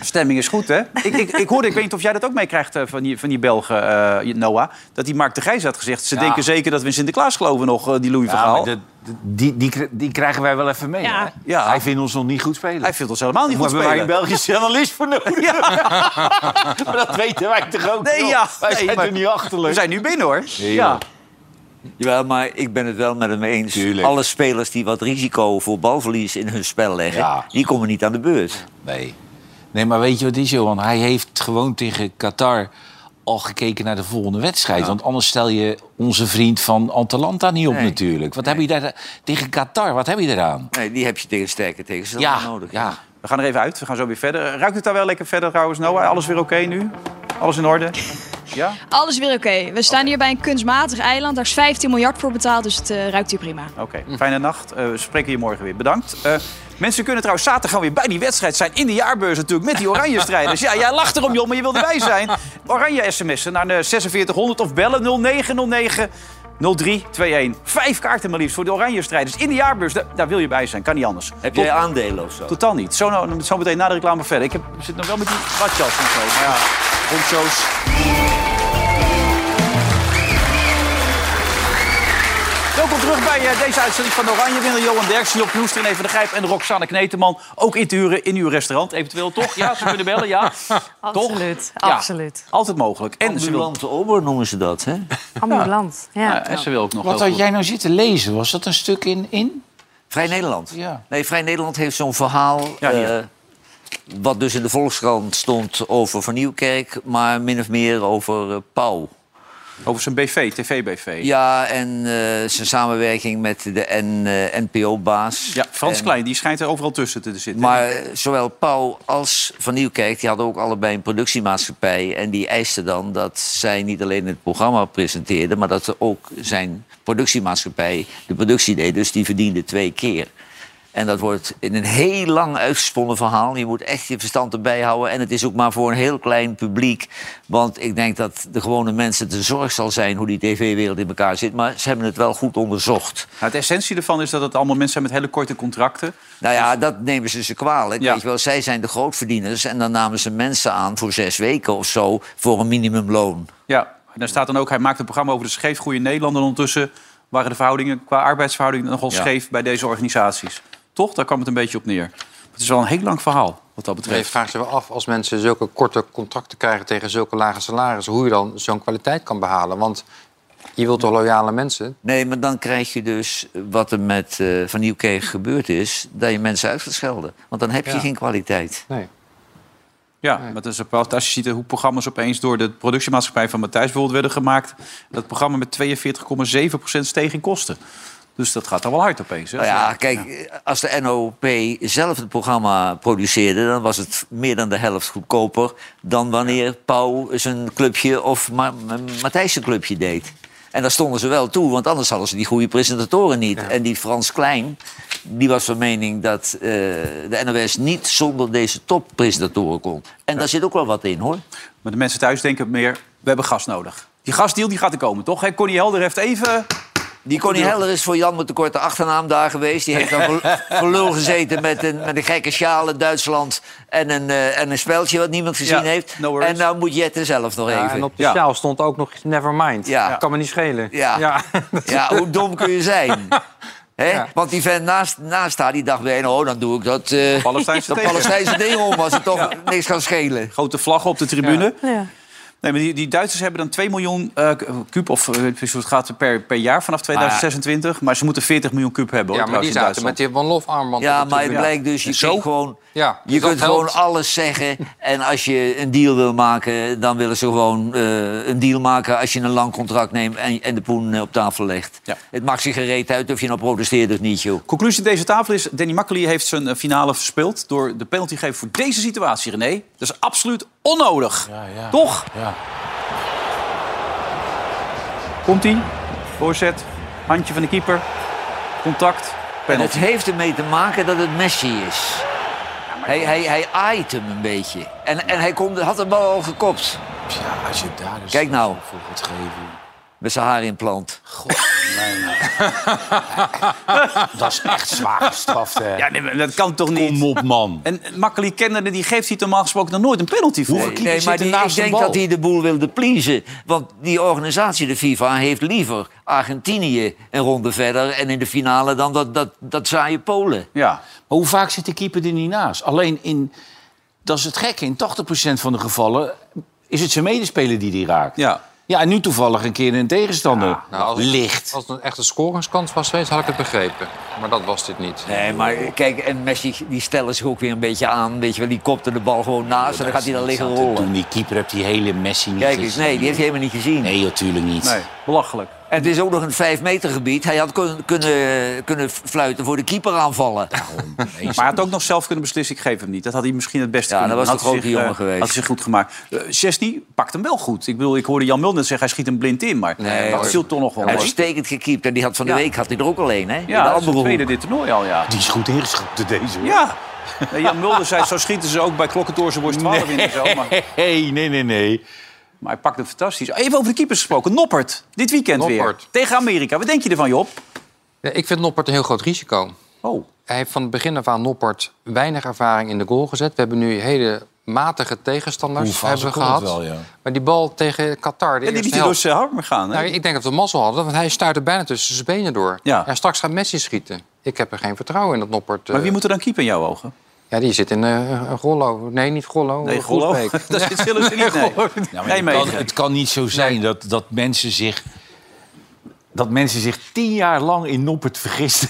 [SPEAKER 1] stemming is goed, hè? Ik, ik, ik hoorde, ik weet niet of jij dat ook meekrijgt eh, van die, van die Belgen, eh, Noah... dat die Mark de Grijs had gezegd... ze
[SPEAKER 3] Ja.
[SPEAKER 1] denken zeker dat we in Sinterklaas geloven nog, eh, die Louis van
[SPEAKER 3] Ja,
[SPEAKER 1] Gaal.
[SPEAKER 3] maar dat- dat- die, die, kri- die krijgen wij wel even mee.
[SPEAKER 8] Ja.
[SPEAKER 3] hè?
[SPEAKER 1] Ja.
[SPEAKER 3] Hij vindt ons nog niet goed spelen.
[SPEAKER 1] Hij vindt ons helemaal niet
[SPEAKER 3] Daar
[SPEAKER 1] goed
[SPEAKER 3] hebben wij
[SPEAKER 1] spelen.
[SPEAKER 3] een Belgische journalist voor nodig. maar dat weten wij toch ook
[SPEAKER 1] Nee,
[SPEAKER 3] nog?
[SPEAKER 1] ja.
[SPEAKER 3] Wij
[SPEAKER 1] Nee,
[SPEAKER 3] zijn
[SPEAKER 1] maar-
[SPEAKER 3] er niet achterlijk.
[SPEAKER 1] We zijn nu binnen, hoor. Ja.
[SPEAKER 4] Jawel, maar ik ben het wel met hem eens.
[SPEAKER 3] Tuurlijk.
[SPEAKER 4] Alle spelers die wat risico voor balverlies in hun spel leggen...
[SPEAKER 3] Ja.
[SPEAKER 4] die komen niet aan de beurt.
[SPEAKER 3] Nee. nee, maar weet je wat is, Johan? Hij heeft gewoon tegen Qatar al gekeken naar de volgende wedstrijd. Want anders stel je onze vriend van Atalanta niet op
[SPEAKER 4] Nee.
[SPEAKER 3] natuurlijk. Wat heb je daar tegen Qatar? Wat heb je eraan?
[SPEAKER 4] Nee, die heb je tegen sterke tegenstander
[SPEAKER 3] Ja,
[SPEAKER 4] nodig.
[SPEAKER 3] ja.
[SPEAKER 1] We gaan er even uit, we gaan zo weer verder. Ruikt het daar wel lekker verder trouwens, Noah? Alles weer oké nu? Alles in orde? Ja?
[SPEAKER 8] Alles weer oké. We staan hier bij een kunstmatig eiland. Daar is 15 miljard voor betaald, dus het eh, ruikt hier prima.
[SPEAKER 1] Oké,
[SPEAKER 4] Mm.
[SPEAKER 1] fijne nacht. Eh, we spreken je morgen weer. Bedankt. Eh, mensen kunnen trouwens zaterdag gewoon weer bij die wedstrijd zijn. In de jaarbeurs natuurlijk, met die oranje strijders. Ja, jij lacht erom, joh, maar je wil erbij zijn. Oranje sms'en naar de 4600 of bellen 0909... 0321. Vijf kaarten maar liefst voor de oranje strijders. In de jaarbeurs, daar, daar wil je bij zijn. Kan niet anders.
[SPEAKER 4] Heb
[SPEAKER 1] Tot-
[SPEAKER 4] jij aandelen of zo?
[SPEAKER 1] Totaal niet. Zo, nou, zo meteen na de reclame verder. Ik heb, zit nog wel met die badjas en zo. Maar ja, poncho's. Welkom terug bij eh, deze uitzending van Oranje Winner. Johan Derksen, Job Knoester, Even de Grijp en Roxanne Kneteman. Ook in te huren in uw restaurant, eventueel toch? Ja, ze kunnen bellen, ja.
[SPEAKER 2] Absoluut,
[SPEAKER 1] Ja.
[SPEAKER 2] absoluut.
[SPEAKER 1] Altijd mogelijk. En ze wil...
[SPEAKER 4] Ambulante ober noemen ze dat, hè?
[SPEAKER 2] Ambulant. Ja.
[SPEAKER 1] En ze wil ook nog
[SPEAKER 3] Wat
[SPEAKER 1] heel
[SPEAKER 3] had
[SPEAKER 1] goed.
[SPEAKER 3] jij nou zitten lezen? Was dat een stuk in? in?
[SPEAKER 4] Vrij Nederland.
[SPEAKER 3] Ja.
[SPEAKER 4] Nee, Vrij Nederland heeft zo'n verhaal.
[SPEAKER 1] hier.
[SPEAKER 4] eh, wat dus in de Volkskrant stond over Van Nieuwkerk, maar min of meer over eh, Pauw.
[SPEAKER 1] Over zijn BV, TV-BV.
[SPEAKER 4] Ja, en eh, zijn samenwerking met de N, eh, NPO-baas.
[SPEAKER 1] Ja, Frans
[SPEAKER 4] En-
[SPEAKER 1] Klein, die schijnt er overal tussen te zitten.
[SPEAKER 4] Maar eh, zowel Pauw als Van Nieuwkerk die hadden ook allebei een productiemaatschappij. En die eisten dan dat zij niet alleen het programma presenteerden... maar dat ze ook zijn productiemaatschappij de productie deed. Dus die verdiende twee keer. En dat wordt in een heel lang uitgesponnen verhaal. Je moet echt je verstand erbij houden. En het is ook maar voor een heel klein publiek. Want ik denk dat de gewone mensen de zorg zal zijn... hoe die tv-wereld in elkaar zit. Maar ze hebben het wel goed onderzocht.
[SPEAKER 1] Nou, de essentie ervan is dat het allemaal mensen zijn met hele korte contracten.
[SPEAKER 4] Nou ja, dat nemen ze ze kwalijk.
[SPEAKER 1] Ja.
[SPEAKER 4] Weet je wel, zij zijn de grootverdieners en dan namen ze mensen aan voor zes weken of zo voor een minimumloon.
[SPEAKER 1] Ja, en daar staat dan ook, hij maakt een programma over de scheefgroei in Nederland. En ondertussen waren de verhoudingen qua arbeidsverhoudingen nogal
[SPEAKER 4] Ja.
[SPEAKER 1] scheef bij deze organisaties. Toch? Daar kwam het een beetje op neer. Het is wel een heel lang verhaal wat dat
[SPEAKER 5] Maar je
[SPEAKER 1] betreft.
[SPEAKER 5] vraagt je wel af, als mensen zulke korte contracten krijgen tegen zulke lage salarissen, hoe je dan zo'n kwaliteit kan behalen. Want je wilt toch loyale mensen?
[SPEAKER 4] Nee, maar dan krijg je dus wat er met eh, Van Nieuwkerk gebeurd is... dat je mensen uit gaat schelden. Want dan heb je
[SPEAKER 5] Ja.
[SPEAKER 4] geen kwaliteit.
[SPEAKER 5] Nee.
[SPEAKER 1] Ja, maar dat is ook wel- als je ziet hoe programma's opeens door de productiemaatschappij van Matthijs bijvoorbeeld werden gemaakt. Dat programma met 42,7% steeg in kosten. Dus dat gaat dan wel hard opeens. Hè?
[SPEAKER 4] Nou ja, kijk, als de NOP zelf het programma produceerde... dan was het meer dan de helft goedkoper... dan wanneer Pauw zijn clubje of Ma Ma- Matthijs zijn clubje deed. En daar stonden ze wel toe, want anders hadden ze die goede presentatoren niet. En die Frans Klein, die was van mening dat eh, de NOS niet zonder deze toppresentatoren kon. En daar zit ook wel wat in, hoor.
[SPEAKER 1] Maar de mensen thuis denken meer, we hebben gas nodig. Die gasdeal die gaat er komen, toch? Hè? Connie Helder heeft even...
[SPEAKER 4] Die Connie Heller is voor Jan met de korte achternaam daar geweest. Die heeft dan voor- voor lul gezeten met een, met een gekke sjaal in Duitsland... en een, eh, en een speldje wat niemand gezien
[SPEAKER 1] Ja,
[SPEAKER 4] heeft.
[SPEAKER 1] no worries.
[SPEAKER 4] en nou moet Jette zelf nog
[SPEAKER 5] Ja,
[SPEAKER 4] even.
[SPEAKER 5] en op de
[SPEAKER 1] Ja.
[SPEAKER 5] sjaal stond ook nog Nevermind.
[SPEAKER 4] Ja.
[SPEAKER 5] Kan me niet schelen.
[SPEAKER 4] Ja. Ja, hoe dom kun je zijn? Hè? Want die vent naast, naast haar die dacht bij oh, dan doe ik dat, eh
[SPEAKER 1] Palestijnse
[SPEAKER 4] dat
[SPEAKER 1] tegen.
[SPEAKER 4] Palestijnse ding om... als het toch niks kan schelen.
[SPEAKER 1] Grote vlaggen op de tribune.
[SPEAKER 2] Ja.
[SPEAKER 1] Nee, maar die, die Duitsers hebben dan 2 miljoen eh, kuub of eh, ik weet niet hoe het gaat per, per jaar vanaf 2026. Maar ze moeten 40 miljoen kuub hebben.
[SPEAKER 5] Ja,
[SPEAKER 1] hoor,
[SPEAKER 5] maar die
[SPEAKER 1] trouwens, in
[SPEAKER 5] zaten met
[SPEAKER 1] Duitsland.
[SPEAKER 5] die Van Lof armband.
[SPEAKER 4] Ja,
[SPEAKER 5] op de
[SPEAKER 4] maar het
[SPEAKER 5] tribune.
[SPEAKER 4] blijkt dus, je
[SPEAKER 5] Zo?
[SPEAKER 4] kunt gewoon...
[SPEAKER 5] Ja, dus
[SPEAKER 4] Je
[SPEAKER 5] dat
[SPEAKER 4] kunt
[SPEAKER 5] helpt.
[SPEAKER 4] gewoon alles zeggen. En als je een deal wil maken, dan willen ze gewoon eh, een deal maken als je een lang contract neemt en, en de poen eh, op tafel legt.
[SPEAKER 1] Ja.
[SPEAKER 4] Het maakt zich gereed uit of je nou protesteert of niet, joh.
[SPEAKER 1] Conclusie deze tafel is... Danny Makkely heeft zijn eh, finale verspeeld... door de penalty te geven voor deze situatie, René. Dat is absoluut onnodig.
[SPEAKER 3] ja.
[SPEAKER 1] Toch?
[SPEAKER 3] Ja.
[SPEAKER 1] Komt-ie. Voorzet. Handje van de keeper. Contact.
[SPEAKER 4] En het
[SPEAKER 1] Penalty.
[SPEAKER 4] heeft ermee te maken dat het Messi is. Hij, hij, hij aait hem een beetje. En, en hij kon, had de bal al gekopt.
[SPEAKER 3] Ja, als je daar eens
[SPEAKER 4] Kijk nou.
[SPEAKER 3] voor gaat geven.
[SPEAKER 4] Met zijn haarimplant.
[SPEAKER 3] Dat is echt zwaar gestraft, hè?
[SPEAKER 1] Ja, nee, maar dat kan toch niet?
[SPEAKER 3] Kom op, man.
[SPEAKER 1] En Makkely kennende, die geeft hij normaal gesproken nog nooit een penalty voor.
[SPEAKER 4] Nee, nee, maar
[SPEAKER 3] zitten
[SPEAKER 4] die,
[SPEAKER 3] naast
[SPEAKER 4] ik
[SPEAKER 3] de
[SPEAKER 4] denk
[SPEAKER 3] bal.
[SPEAKER 4] dat hij de boel wilde pleasen. Want die organisatie, de FIFA, heeft liever Argentinië een ronde verder... en in de finale dan dat, dat, dat saaie Polen.
[SPEAKER 1] Ja.
[SPEAKER 3] Maar hoe vaak zit de keeper er niet naast? Alleen in, dat is het gekke, in 80% van de gevallen is het zijn medespeler die die raakt.
[SPEAKER 1] Ja.
[SPEAKER 3] Ja, en nu toevallig een keer een tegenstander.
[SPEAKER 5] Nou, als, het-
[SPEAKER 3] Licht.
[SPEAKER 5] Als het een echte scoringskans was geweest, had ik het begrepen. Maar dat was dit niet.
[SPEAKER 4] Nee, maar kijk, en Messi die stellen zich ook weer een beetje aan. Weet je wel, die kopte de bal gewoon naast en dan gaat hij dan liggen rollen.
[SPEAKER 3] Toen die keeper hebt die hele Messi niet
[SPEAKER 4] Kijk eens, nee, die heeft hij helemaal niet gezien.
[SPEAKER 3] Nee, natuurlijk niet.
[SPEAKER 1] Nee, belachelijk.
[SPEAKER 4] En het is ook nog een 5 meter gebied. Hij had kun- kunnen, kunnen fluiten voor de keeper aanvallen.
[SPEAKER 1] Maar hij had ook nog zelf kunnen beslissen, ik geef hem niet. Dat had hij misschien het beste
[SPEAKER 4] Ja,
[SPEAKER 1] kunnen
[SPEAKER 4] dat
[SPEAKER 1] doen.
[SPEAKER 4] was
[SPEAKER 1] Had
[SPEAKER 4] de
[SPEAKER 1] hij
[SPEAKER 4] grote
[SPEAKER 1] zich,
[SPEAKER 4] jongen
[SPEAKER 1] eh,
[SPEAKER 4] geweest.
[SPEAKER 1] Had hij zich goed gemaakt. Eh, Chesney pakt hem wel goed. Ik bedoel, ik hoorde Jan Mulder zeggen, hij schiet hem blind in. Maar
[SPEAKER 4] Nee,
[SPEAKER 1] dat
[SPEAKER 4] hoor.
[SPEAKER 1] ziet toch nog wel.
[SPEAKER 4] Uitstekend gekiept. En die had van de
[SPEAKER 1] Ja.
[SPEAKER 4] week had hij er ook alleen, hè? In de
[SPEAKER 1] Ja, dat is de
[SPEAKER 4] andere
[SPEAKER 1] tweede
[SPEAKER 4] hoek.
[SPEAKER 1] dit toernooi al, ja.
[SPEAKER 3] Die is goed ingeschoten, deze. hoor.
[SPEAKER 1] Ja. Nee, Jan Mulder zei, zo schieten ze ook bij Klokkentoorse Worst 12 in en zo. Maar...
[SPEAKER 3] Nee, nee, nee, nee.
[SPEAKER 1] Maar hij pakt het fantastisch. Even over de keepers gesproken. Noppert, dit weekend
[SPEAKER 5] Noppert. Oh,
[SPEAKER 1] weer. Tegen Amerika. Wat denk je ervan, Job?
[SPEAKER 5] Ja, ik vind Noppert een heel groot risico.
[SPEAKER 1] Oh.
[SPEAKER 5] Hij heeft van het begin af aan Noppert weinig ervaring in de goal gezet. We hebben nu hele matige tegenstanders hebben we gehad. Maar die bal tegen Qatar, de
[SPEAKER 1] Ja, die
[SPEAKER 5] eerste
[SPEAKER 1] liet hij door
[SPEAKER 5] helft...
[SPEAKER 1] zijn armen gaan. Hè?
[SPEAKER 5] Nou, ik denk dat we mazzel hadden, want hij stuit er bijna tussen zijn benen door.
[SPEAKER 1] Ja.
[SPEAKER 5] En straks gaat Messi schieten. Ik heb er geen vertrouwen in dat Noppert...
[SPEAKER 1] Maar
[SPEAKER 5] eh,
[SPEAKER 1] wie moet er dan keepen in jouw ogen?
[SPEAKER 5] Ja, die zit in eh Gollo. Nee, niet Gollo.
[SPEAKER 1] Nee, Gollo.
[SPEAKER 5] Groesbeek.
[SPEAKER 1] Daar zit Sillessen niet, nee.
[SPEAKER 3] Ja, maar het, kan,
[SPEAKER 1] Nijmegen.
[SPEAKER 3] het kan niet zo zijn dat, dat mensen zich... Dat mensen zich tien jaar lang in Noppert vergisten.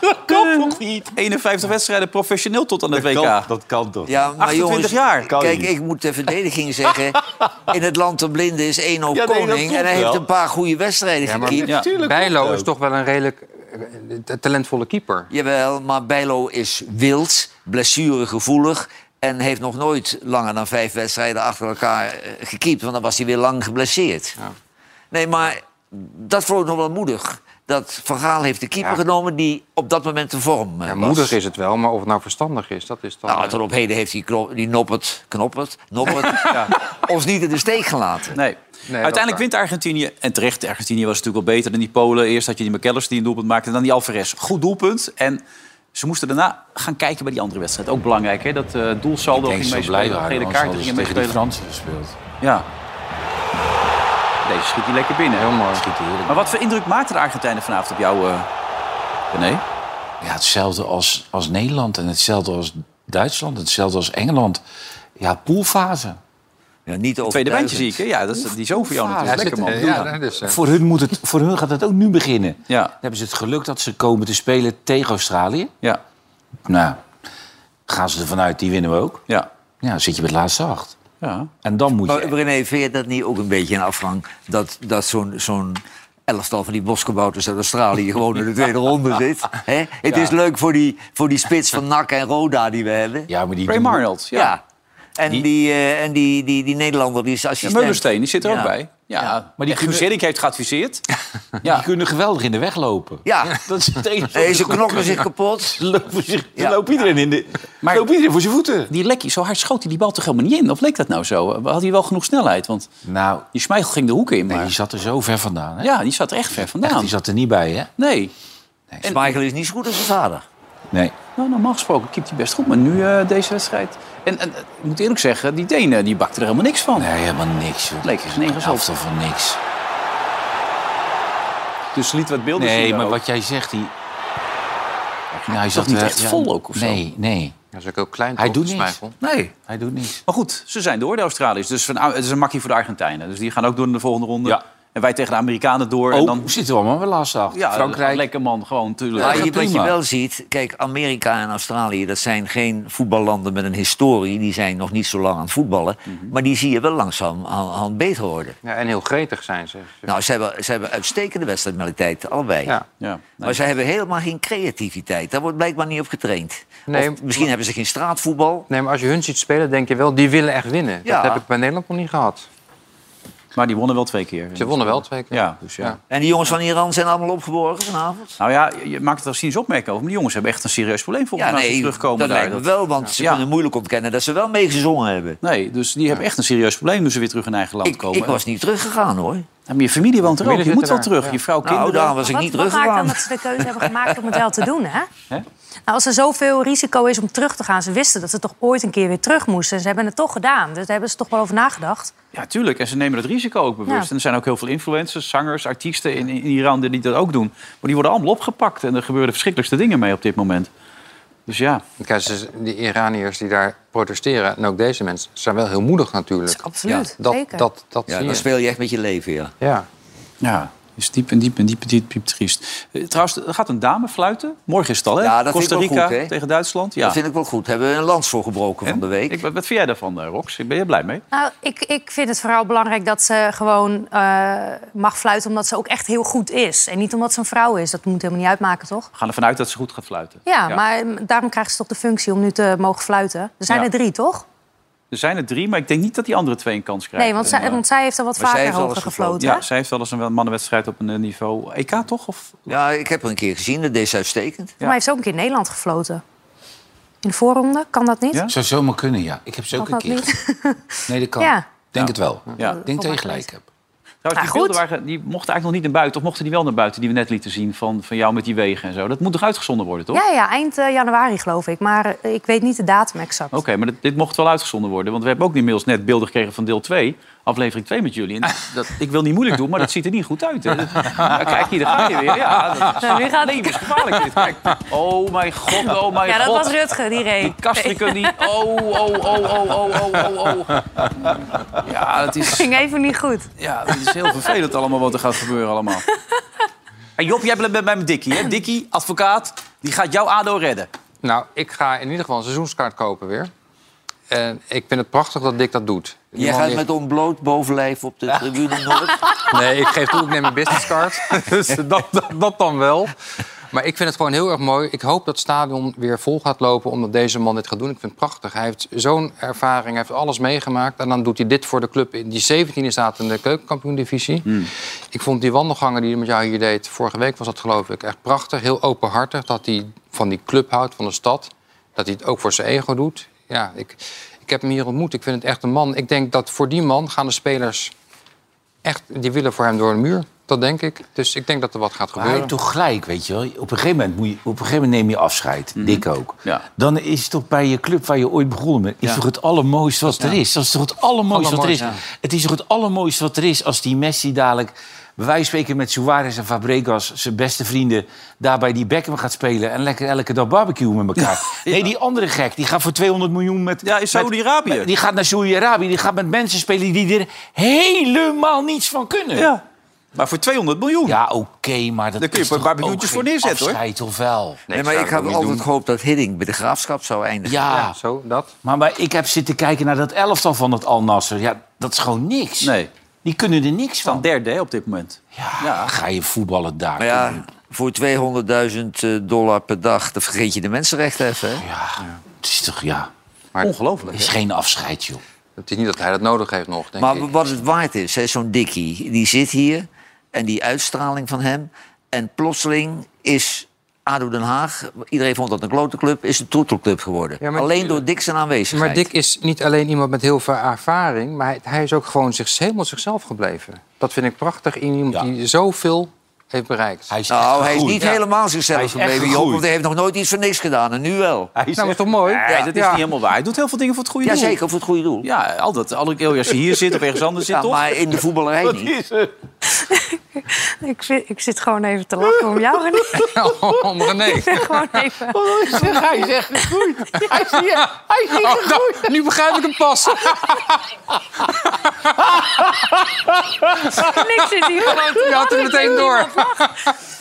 [SPEAKER 1] Dat kan toch niet? 51 wedstrijden professioneel tot aan het
[SPEAKER 3] Dat
[SPEAKER 1] WK.
[SPEAKER 3] kan- dat kan toch
[SPEAKER 4] Ja, maar
[SPEAKER 1] 28
[SPEAKER 4] jongens,
[SPEAKER 1] jaar. Kan
[SPEAKER 4] kijk,
[SPEAKER 1] niet.
[SPEAKER 4] ik moet de verdediging zeggen... in het land der blinden is 1-0
[SPEAKER 3] nee, dat
[SPEAKER 4] koning.
[SPEAKER 3] klopt
[SPEAKER 4] en hij heeft
[SPEAKER 3] wel.
[SPEAKER 4] een paar goede wedstrijden
[SPEAKER 5] Ja, maar-
[SPEAKER 4] gekiept.
[SPEAKER 1] Ja.
[SPEAKER 5] Bijlo is toch wel een redelijk eh, talentvolle keeper.
[SPEAKER 4] Jawel, maar Bijlo is wild, blessuregevoelig... en heeft nog nooit langer dan vijf wedstrijden achter elkaar eh, gekiept... want dan was hij weer lang geblesseerd. Nee, maar dat vond ik nog wel moedig. Dat verhaal heeft de keeper genomen die op dat moment de vorm eh,
[SPEAKER 5] Ja,
[SPEAKER 4] was.
[SPEAKER 5] moedig is het wel, maar of het nou verstandig is, dat is dan...
[SPEAKER 4] Nou,
[SPEAKER 5] eh,
[SPEAKER 4] tot op heden heeft die, knop, die Noppert, Knoppert, Noppert... ons niet in de steek gelaten.
[SPEAKER 1] Nee.
[SPEAKER 5] dat
[SPEAKER 1] Uiteindelijk
[SPEAKER 5] waar.
[SPEAKER 1] wint Argentinië. En terecht, Argentinië was natuurlijk wel beter dan die Polen. Eerst had je die McKellers die een doelpunt maakte. Dan die Alvarez. Goed doelpunt. En ze moesten daarna gaan kijken bij die andere wedstrijd. Ook belangrijk, hè? Dat eh doelsaldo ging meespelen. Gele kaarten gingen
[SPEAKER 3] tegen de
[SPEAKER 1] meespelen.
[SPEAKER 3] Fransen gespeeld.
[SPEAKER 1] Ja. Deze schiet hij lekker binnen.
[SPEAKER 5] Heel mooi.
[SPEAKER 1] Maar wat voor indruk maakte de Argentijnen vanavond op jou, eh René?
[SPEAKER 3] Ja, hetzelfde als, als Nederland en hetzelfde als Duitsland. en Hetzelfde als Engeland. Ja, poolfase.
[SPEAKER 4] Ja, niet over
[SPEAKER 1] Tweede bandje
[SPEAKER 4] duizend.
[SPEAKER 1] zie ik, hè? Ja, dat is, die is over jou
[SPEAKER 5] ja,
[SPEAKER 1] natuurlijk. Lekker, man.
[SPEAKER 5] zit-
[SPEAKER 1] Doe
[SPEAKER 5] ja,
[SPEAKER 1] dat.
[SPEAKER 5] dat is, eh,
[SPEAKER 3] Voor hun, moet het, voor hun gaat het ook nu beginnen. Dan
[SPEAKER 1] Ja,
[SPEAKER 3] hebben ze het geluk dat ze komen te spelen tegen Australië.
[SPEAKER 1] ja,
[SPEAKER 3] Nou, gaan ze ervan uit, die winnen we ook.
[SPEAKER 1] ja.
[SPEAKER 3] Ja, dan zit je met de laatste acht.
[SPEAKER 1] ja.
[SPEAKER 3] En dan moet
[SPEAKER 4] Maar
[SPEAKER 3] je...
[SPEAKER 4] René, vind je dat niet ook een beetje in afgang... dat, dat zo'n zo'n elftal van die boskobouters uit Australië... gewoon in de tweede ronde zit? Hè? Het is leuk voor die, voor die spits van NAC en Roda die we hebben.
[SPEAKER 3] Ja, maar die
[SPEAKER 1] Ray
[SPEAKER 3] doen-
[SPEAKER 1] Marnold, ja.
[SPEAKER 4] Ja. En, die, eh, en die, die, die Nederlander, die is
[SPEAKER 1] Ja,
[SPEAKER 4] assistent.
[SPEAKER 1] Meulensteen, die zit er
[SPEAKER 4] Ja.
[SPEAKER 1] ook bij. Ja, maar die
[SPEAKER 3] kunnen-
[SPEAKER 1] Guzerik heeft geadviseerd.
[SPEAKER 3] Die kunnen geweldig in de weg lopen.
[SPEAKER 4] Ja,
[SPEAKER 3] Dat is het enige.
[SPEAKER 4] Hey, ze knokken zich kapot.
[SPEAKER 3] Ze lopen zich,
[SPEAKER 4] Ja.
[SPEAKER 3] ze lopen iedereen in de...
[SPEAKER 1] Maar-
[SPEAKER 3] Maar, loopt iedereen voor zijn voeten.
[SPEAKER 1] Die lekkie, zo hard schoot hij die bal toch helemaal niet in? Of leek dat nou zo? Had hij wel genoeg snelheid? Want
[SPEAKER 3] Nou,
[SPEAKER 1] die Schmeichel ging de hoeken in.
[SPEAKER 3] nee,
[SPEAKER 1] Maar...
[SPEAKER 3] die zat er zo ver vandaan. Hè?
[SPEAKER 1] Ja, die zat er echt ver vandaan.
[SPEAKER 3] Echt, die zat er niet bij, hè?
[SPEAKER 1] Nee. En-
[SPEAKER 4] Michael is niet zo goed als zijn vader.
[SPEAKER 3] Nee.
[SPEAKER 1] Nou, normaal gesproken keept hij best goed. Maar nu eh, deze wedstrijd. En, en eh, ik moet eerlijk zeggen, die Denen die bakte er helemaal niks van.
[SPEAKER 3] Nee, helemaal niks. joh.
[SPEAKER 1] Leek er geen enkel
[SPEAKER 3] Elftal van niks.
[SPEAKER 1] Dus liet wat beelden zien.
[SPEAKER 3] Nee, maar
[SPEAKER 1] ook.
[SPEAKER 3] wat jij zegt, die... Nou, hij
[SPEAKER 1] toch niet
[SPEAKER 3] eh,
[SPEAKER 1] echt vol ook of zo?
[SPEAKER 3] Nee, nee.
[SPEAKER 5] Dat is ook heel klein,
[SPEAKER 3] Hij
[SPEAKER 5] toch,
[SPEAKER 3] doet niks.
[SPEAKER 5] Schmeichel?
[SPEAKER 1] Nee.
[SPEAKER 3] Hij doet niks.
[SPEAKER 1] Maar goed, ze zijn door, de Australiërs. Dus van, het is een makkie voor de Argentijnen. Dus die gaan ook door in de volgende ronde.
[SPEAKER 3] Ja.
[SPEAKER 1] En wij tegen de Amerikanen door.
[SPEAKER 3] Oh,
[SPEAKER 1] en
[SPEAKER 3] dan...
[SPEAKER 1] dan,
[SPEAKER 3] zitten we allemaal wel last achter.
[SPEAKER 1] ja,
[SPEAKER 3] Frankrijk.
[SPEAKER 1] lekker man, gewoon tuurlijk.
[SPEAKER 4] Maar
[SPEAKER 3] gaat
[SPEAKER 4] hier, wat je
[SPEAKER 3] prima.
[SPEAKER 4] wel ziet, kijk, Amerika en Australië... dat zijn geen voetballanden met een historie. Die zijn nog niet zo lang aan het voetballen.
[SPEAKER 1] Mhm.
[SPEAKER 4] Maar die zie je wel langzaam aan, aan het beter worden.
[SPEAKER 5] Ja, en heel gretig zijn ze.
[SPEAKER 4] Nou, ze hebben, ze hebben uitstekende wedstrijdmentaliteit, allebei.
[SPEAKER 5] Ja.
[SPEAKER 1] Ja.
[SPEAKER 4] Maar ze hebben helemaal geen creativiteit. Daar wordt blijkbaar niet op getraind.
[SPEAKER 5] Nee,
[SPEAKER 4] of misschien hebben ze geen straatvoetbal.
[SPEAKER 5] Nee, maar als je hun ziet spelen, denk je wel, die willen echt winnen.
[SPEAKER 4] Ja.
[SPEAKER 5] Dat heb ik bij Nederland nog niet gehad.
[SPEAKER 1] Maar die wonnen wel twee keer.
[SPEAKER 5] Ze wonnen wel twee keer.
[SPEAKER 1] Ja, dus ja.
[SPEAKER 5] Ja.
[SPEAKER 4] En die jongens van Iran zijn allemaal opgeborgen vanavond.
[SPEAKER 1] Nou ja, je maakt het wel cynisch opmerking over. Maar die jongens hebben echt een serieus probleem volgens
[SPEAKER 4] Ja,
[SPEAKER 1] mij als ze
[SPEAKER 4] nee,
[SPEAKER 1] terugkomen
[SPEAKER 4] dat
[SPEAKER 1] daar.
[SPEAKER 4] lijkt me wel, want ze
[SPEAKER 1] Ja.
[SPEAKER 4] kunnen moeilijk ontkennen dat ze wel meegezongen hebben.
[SPEAKER 1] Nee, dus die hebben echt een serieus probleem toen ze weer terug in eigen land
[SPEAKER 4] Ik,
[SPEAKER 1] komen.
[SPEAKER 4] ik was niet teruggegaan hoor.
[SPEAKER 1] Ja, maar je familie woont er ook.
[SPEAKER 5] Familie
[SPEAKER 1] Je moet
[SPEAKER 5] zit
[SPEAKER 1] wel
[SPEAKER 5] er daar,
[SPEAKER 1] terug.
[SPEAKER 5] ja.
[SPEAKER 1] Je vrouw,
[SPEAKER 4] Nou,
[SPEAKER 1] kinderen.
[SPEAKER 4] daarom was ik
[SPEAKER 2] Wat,
[SPEAKER 4] niet
[SPEAKER 2] wat maakt dan
[SPEAKER 4] teruggegaan.
[SPEAKER 2] dat ze de keuze hebben gemaakt om het wel te doen, hè? Nou, als er zoveel risico is om terug te gaan... ze wisten dat ze toch ooit een keer weer terug moesten. En ze hebben het toch gedaan. Dus daar hebben ze toch wel over nagedacht.
[SPEAKER 1] Ja, tuurlijk. En ze nemen dat risico ook bewust.
[SPEAKER 2] Ja.
[SPEAKER 1] En er zijn ook heel veel influencers, zangers, artiesten in, in Iran die dat ook doen. Maar die worden allemaal opgepakt. En er gebeuren de verschrikkelijkste dingen mee op dit moment. Dus ja,
[SPEAKER 5] Kijk, ze- die Iraniërs die daar protesteren, en ook deze mensen, zijn wel heel moedig natuurlijk.
[SPEAKER 2] Absoluut,
[SPEAKER 5] Dat,
[SPEAKER 2] zeker.
[SPEAKER 5] dat, dat,
[SPEAKER 4] Ja,
[SPEAKER 5] zie
[SPEAKER 4] dan
[SPEAKER 5] je.
[SPEAKER 4] speel je echt met je leven, ja.
[SPEAKER 5] Ja.
[SPEAKER 1] ja. Is diep en diep en diep en diep, diep triest. Eh, Trouwens, er gaat een dame fluiten. Morgen is het al, hè?
[SPEAKER 4] Ja, dat vind ik
[SPEAKER 1] Costa
[SPEAKER 4] wel
[SPEAKER 1] Rica
[SPEAKER 4] goed, hè?
[SPEAKER 1] tegen Duitsland. Ja.
[SPEAKER 4] Dat vind ik wel goed. Hebben we een lans voor gebroken van de week.
[SPEAKER 1] Ik, wat wat vind jij daarvan, eh, Rox? Ik Ben je blij mee?
[SPEAKER 2] Nou, ik, ik vind het vooral belangrijk dat ze gewoon eh, mag fluiten... omdat ze ook echt heel goed is. En niet omdat ze een vrouw is. Dat moet helemaal niet uitmaken, toch?
[SPEAKER 1] We gaan ervan uit dat ze goed gaat fluiten.
[SPEAKER 2] Ja, maar mm, daarom krijgen ze toch de functie om nu te mogen fluiten. Er zijn
[SPEAKER 1] Ja.
[SPEAKER 2] er drie, toch?
[SPEAKER 1] Er zijn er drie, maar ik denk niet dat die andere twee een kans krijgen.
[SPEAKER 2] Nee, want zij,
[SPEAKER 1] En, eh,
[SPEAKER 2] want zij heeft al wat
[SPEAKER 1] maar zij
[SPEAKER 2] vaker
[SPEAKER 1] heeft wel
[SPEAKER 2] hoger
[SPEAKER 1] eens
[SPEAKER 2] gefloten.
[SPEAKER 1] Ja, zij heeft wel eens een mannenwedstrijd op een eh, niveau EK, toch? Of...
[SPEAKER 4] Ja, ik heb er een keer gezien. Dat deed ze uitstekend.
[SPEAKER 2] Maar heeft ze ook een keer Nederland gefloten. In de voorronde, kan dat niet?
[SPEAKER 3] Zou zomaar kunnen, ja. Ik heb ze ook
[SPEAKER 2] Mag
[SPEAKER 3] een
[SPEAKER 2] dat
[SPEAKER 3] keer.
[SPEAKER 2] niet?
[SPEAKER 3] Nee, dat kan.
[SPEAKER 2] Ja.
[SPEAKER 3] Denk het wel.
[SPEAKER 1] Ja.
[SPEAKER 3] Ik denk dat je gelijk hebt.
[SPEAKER 1] Trouwens,
[SPEAKER 2] Ah,
[SPEAKER 1] die
[SPEAKER 2] goed.
[SPEAKER 1] beelden waren, die mochten eigenlijk nog niet naar buiten. Of mochten die wel naar buiten, die we net lieten zien van, van jou met die wegen en zo. Dat moet toch uitgezonden worden, toch?
[SPEAKER 2] Ja, ja, eind eh, januari geloof ik. Maar eh, ik weet niet de datum exact.
[SPEAKER 1] Oké, maar dit, dit mocht wel uitgezonden worden. Want we hebben ook inmiddels net beelden gekregen van deel 2. Aflevering 2 met jullie. En dat, ik wil niet moeilijk doen, maar dat ziet er niet goed uit. Hè. Dat- nou, kijk, hier, daar ga je weer. Ja, dat is
[SPEAKER 2] Nou, nu gaat-
[SPEAKER 1] levensgevaarlijk dit. Kijk. Oh mijn god, oh mijn
[SPEAKER 2] ja, dat
[SPEAKER 1] god.
[SPEAKER 2] was Rutger, die reed.
[SPEAKER 1] Die Kastrikum, die... Oh, oh, oh, oh, oh, oh, oh, oh. Ja, dat is...
[SPEAKER 2] ging even niet goed.
[SPEAKER 1] Ja, het is heel vervelend allemaal wat er gaat gebeuren allemaal. En Job, jij bent bij mij met Dikkie, hè? Dikkie, advocaat, die gaat jouw ADO redden.
[SPEAKER 5] Nou, ik ga in ieder geval een seizoenskaart kopen weer. En ik vind het prachtig dat Dick dat doet. Die
[SPEAKER 4] Jij
[SPEAKER 5] man
[SPEAKER 4] gaat
[SPEAKER 5] die-
[SPEAKER 4] met ontbloot bovenlijf op de tribune Noord.
[SPEAKER 5] Nee, ik geef toe, ik neem een businesscard. dus dat, dat, dat dan wel. Maar ik vind het gewoon heel erg mooi. Ik hoop dat het stadion weer vol gaat lopen omdat deze man dit gaat doen. Ik vind het prachtig. Hij heeft zo'n ervaring, hij heeft alles meegemaakt. En dan doet hij dit voor de club in die 17e staat in de keukenkampioendivisie.
[SPEAKER 4] Hmm.
[SPEAKER 5] Ik vond die wandelgangen die hij met jou hier deed, vorige week was dat geloof ik, echt prachtig. Heel openhartig dat hij van die club houdt, van de stad. Dat hij het ook voor zijn ego doet. Ja, ik, ik heb hem hier ontmoet. Ik vind het echt een man. Ik denk dat voor die man gaan de spelers echt, die willen voor hem door een muur. Dat denk ik. Dus ik denk dat er wat gaat
[SPEAKER 3] Maar hij
[SPEAKER 5] gebeuren.
[SPEAKER 3] heeft toch gelijk, weet je wel. Op een gegeven moment, moet je, op een gegeven moment neem je afscheid. Dik ook.
[SPEAKER 1] Mhm. Ja.
[SPEAKER 3] Dan is het toch bij je club waar je ooit begonnen bent... is
[SPEAKER 1] Ja.
[SPEAKER 3] toch het allermooiste wat er is? Dat is toch het allermooiste wat er is?
[SPEAKER 5] Allermooiste,
[SPEAKER 3] Het is toch het allermooiste wat er is als die Messi dadelijk... bij wijze van spreken met Suarez en Fabregas, zijn beste vrienden... daar bij die Beckham gaat spelen en lekker elke dag barbecue met elkaar. Nee, die andere gek, die gaat voor 200 miljoen met...
[SPEAKER 1] Ja, in
[SPEAKER 3] met-
[SPEAKER 1] Saoedi-Arabië.
[SPEAKER 3] met- Die gaat naar Saoedi-Arabië, die gaat met mensen spelen... die er helemaal niets van kunnen.
[SPEAKER 1] Ja. Maar voor 200 miljoen.
[SPEAKER 3] Ja, oké, maar dat
[SPEAKER 1] Daar kun je
[SPEAKER 3] is
[SPEAKER 1] een
[SPEAKER 3] toch
[SPEAKER 1] paar
[SPEAKER 3] ook
[SPEAKER 1] miljoentjes voor
[SPEAKER 3] geen
[SPEAKER 1] neerzetten, hoor.
[SPEAKER 3] afscheid, of wel?
[SPEAKER 4] Nee, maar ik had altijd gehoopt dat Hiddink bij de graafschap zou eindigen.
[SPEAKER 3] Ja,
[SPEAKER 5] Zo, dat.
[SPEAKER 3] Maar, maar ik heb zitten kijken naar dat elftal van het Al Nasser. Ja, dat is gewoon niks.
[SPEAKER 1] Nee,
[SPEAKER 3] Die kunnen er niks
[SPEAKER 1] dan
[SPEAKER 3] van.
[SPEAKER 1] derde hè, op dit moment.
[SPEAKER 3] Ja, ga je voetballen daar.
[SPEAKER 4] Maar ja, voor 200.000 dollar per dag, dan vergeet je de mensenrechten even. Hè?
[SPEAKER 3] Het is toch, ja.
[SPEAKER 5] Maar
[SPEAKER 3] Het
[SPEAKER 1] Ongelooflijk.
[SPEAKER 3] is geen afscheid, joh.
[SPEAKER 5] het is niet dat hij dat nodig heeft nog, denk ik.
[SPEAKER 4] Maar wat het waard is, hè, zo'n Dikkie, die zit hier en die uitstraling van hem. En plotseling is ADO Den Haag, iedereen vond dat een klote club, is een troetelclub geworden.
[SPEAKER 5] Ja, maar-
[SPEAKER 4] Alleen door Dick zijn aanwezigheid.
[SPEAKER 5] Maar Dick is niet alleen iemand met heel veel ervaring... maar hij, hij is ook gewoon zich, helemaal zichzelf gebleven. Dat vind ik prachtig. in Iemand
[SPEAKER 3] Ja.
[SPEAKER 5] die zoveel heeft bereikt.
[SPEAKER 3] Hij is
[SPEAKER 4] Nou,
[SPEAKER 3] echt
[SPEAKER 4] hij is
[SPEAKER 3] gegroeid.
[SPEAKER 4] niet helemaal zichzelf
[SPEAKER 3] Hij is echt
[SPEAKER 4] gebleven, Joop.
[SPEAKER 3] gegroeid.
[SPEAKER 4] Want hij heeft nog nooit iets voor niks gedaan. En nu wel.
[SPEAKER 3] Hij is
[SPEAKER 5] nou, maar
[SPEAKER 3] echt-
[SPEAKER 5] toch mooi?
[SPEAKER 1] Nee, dat is niet helemaal waar. Hij doet heel veel dingen voor het goede doel.
[SPEAKER 4] Jazeker, voor het goede doel.
[SPEAKER 1] Ja, al dat, alle keer als je hier zit of ergens anders zit,
[SPEAKER 4] Ja,
[SPEAKER 1] toch?
[SPEAKER 4] maar in de voetballerij niet.
[SPEAKER 2] Ik, zit- ik zit gewoon even te lachen om jou, René.
[SPEAKER 5] Oh, René.
[SPEAKER 2] Ik ben gewoon even...
[SPEAKER 3] Hij is echt gegroeid. Hij is hier. Hij is hier.
[SPEAKER 5] Oh, nou, nu begrijp ik hem pas.
[SPEAKER 2] En ik zit hier gewoon te
[SPEAKER 5] Je had hem
[SPEAKER 2] lachen.
[SPEAKER 5] meteen door.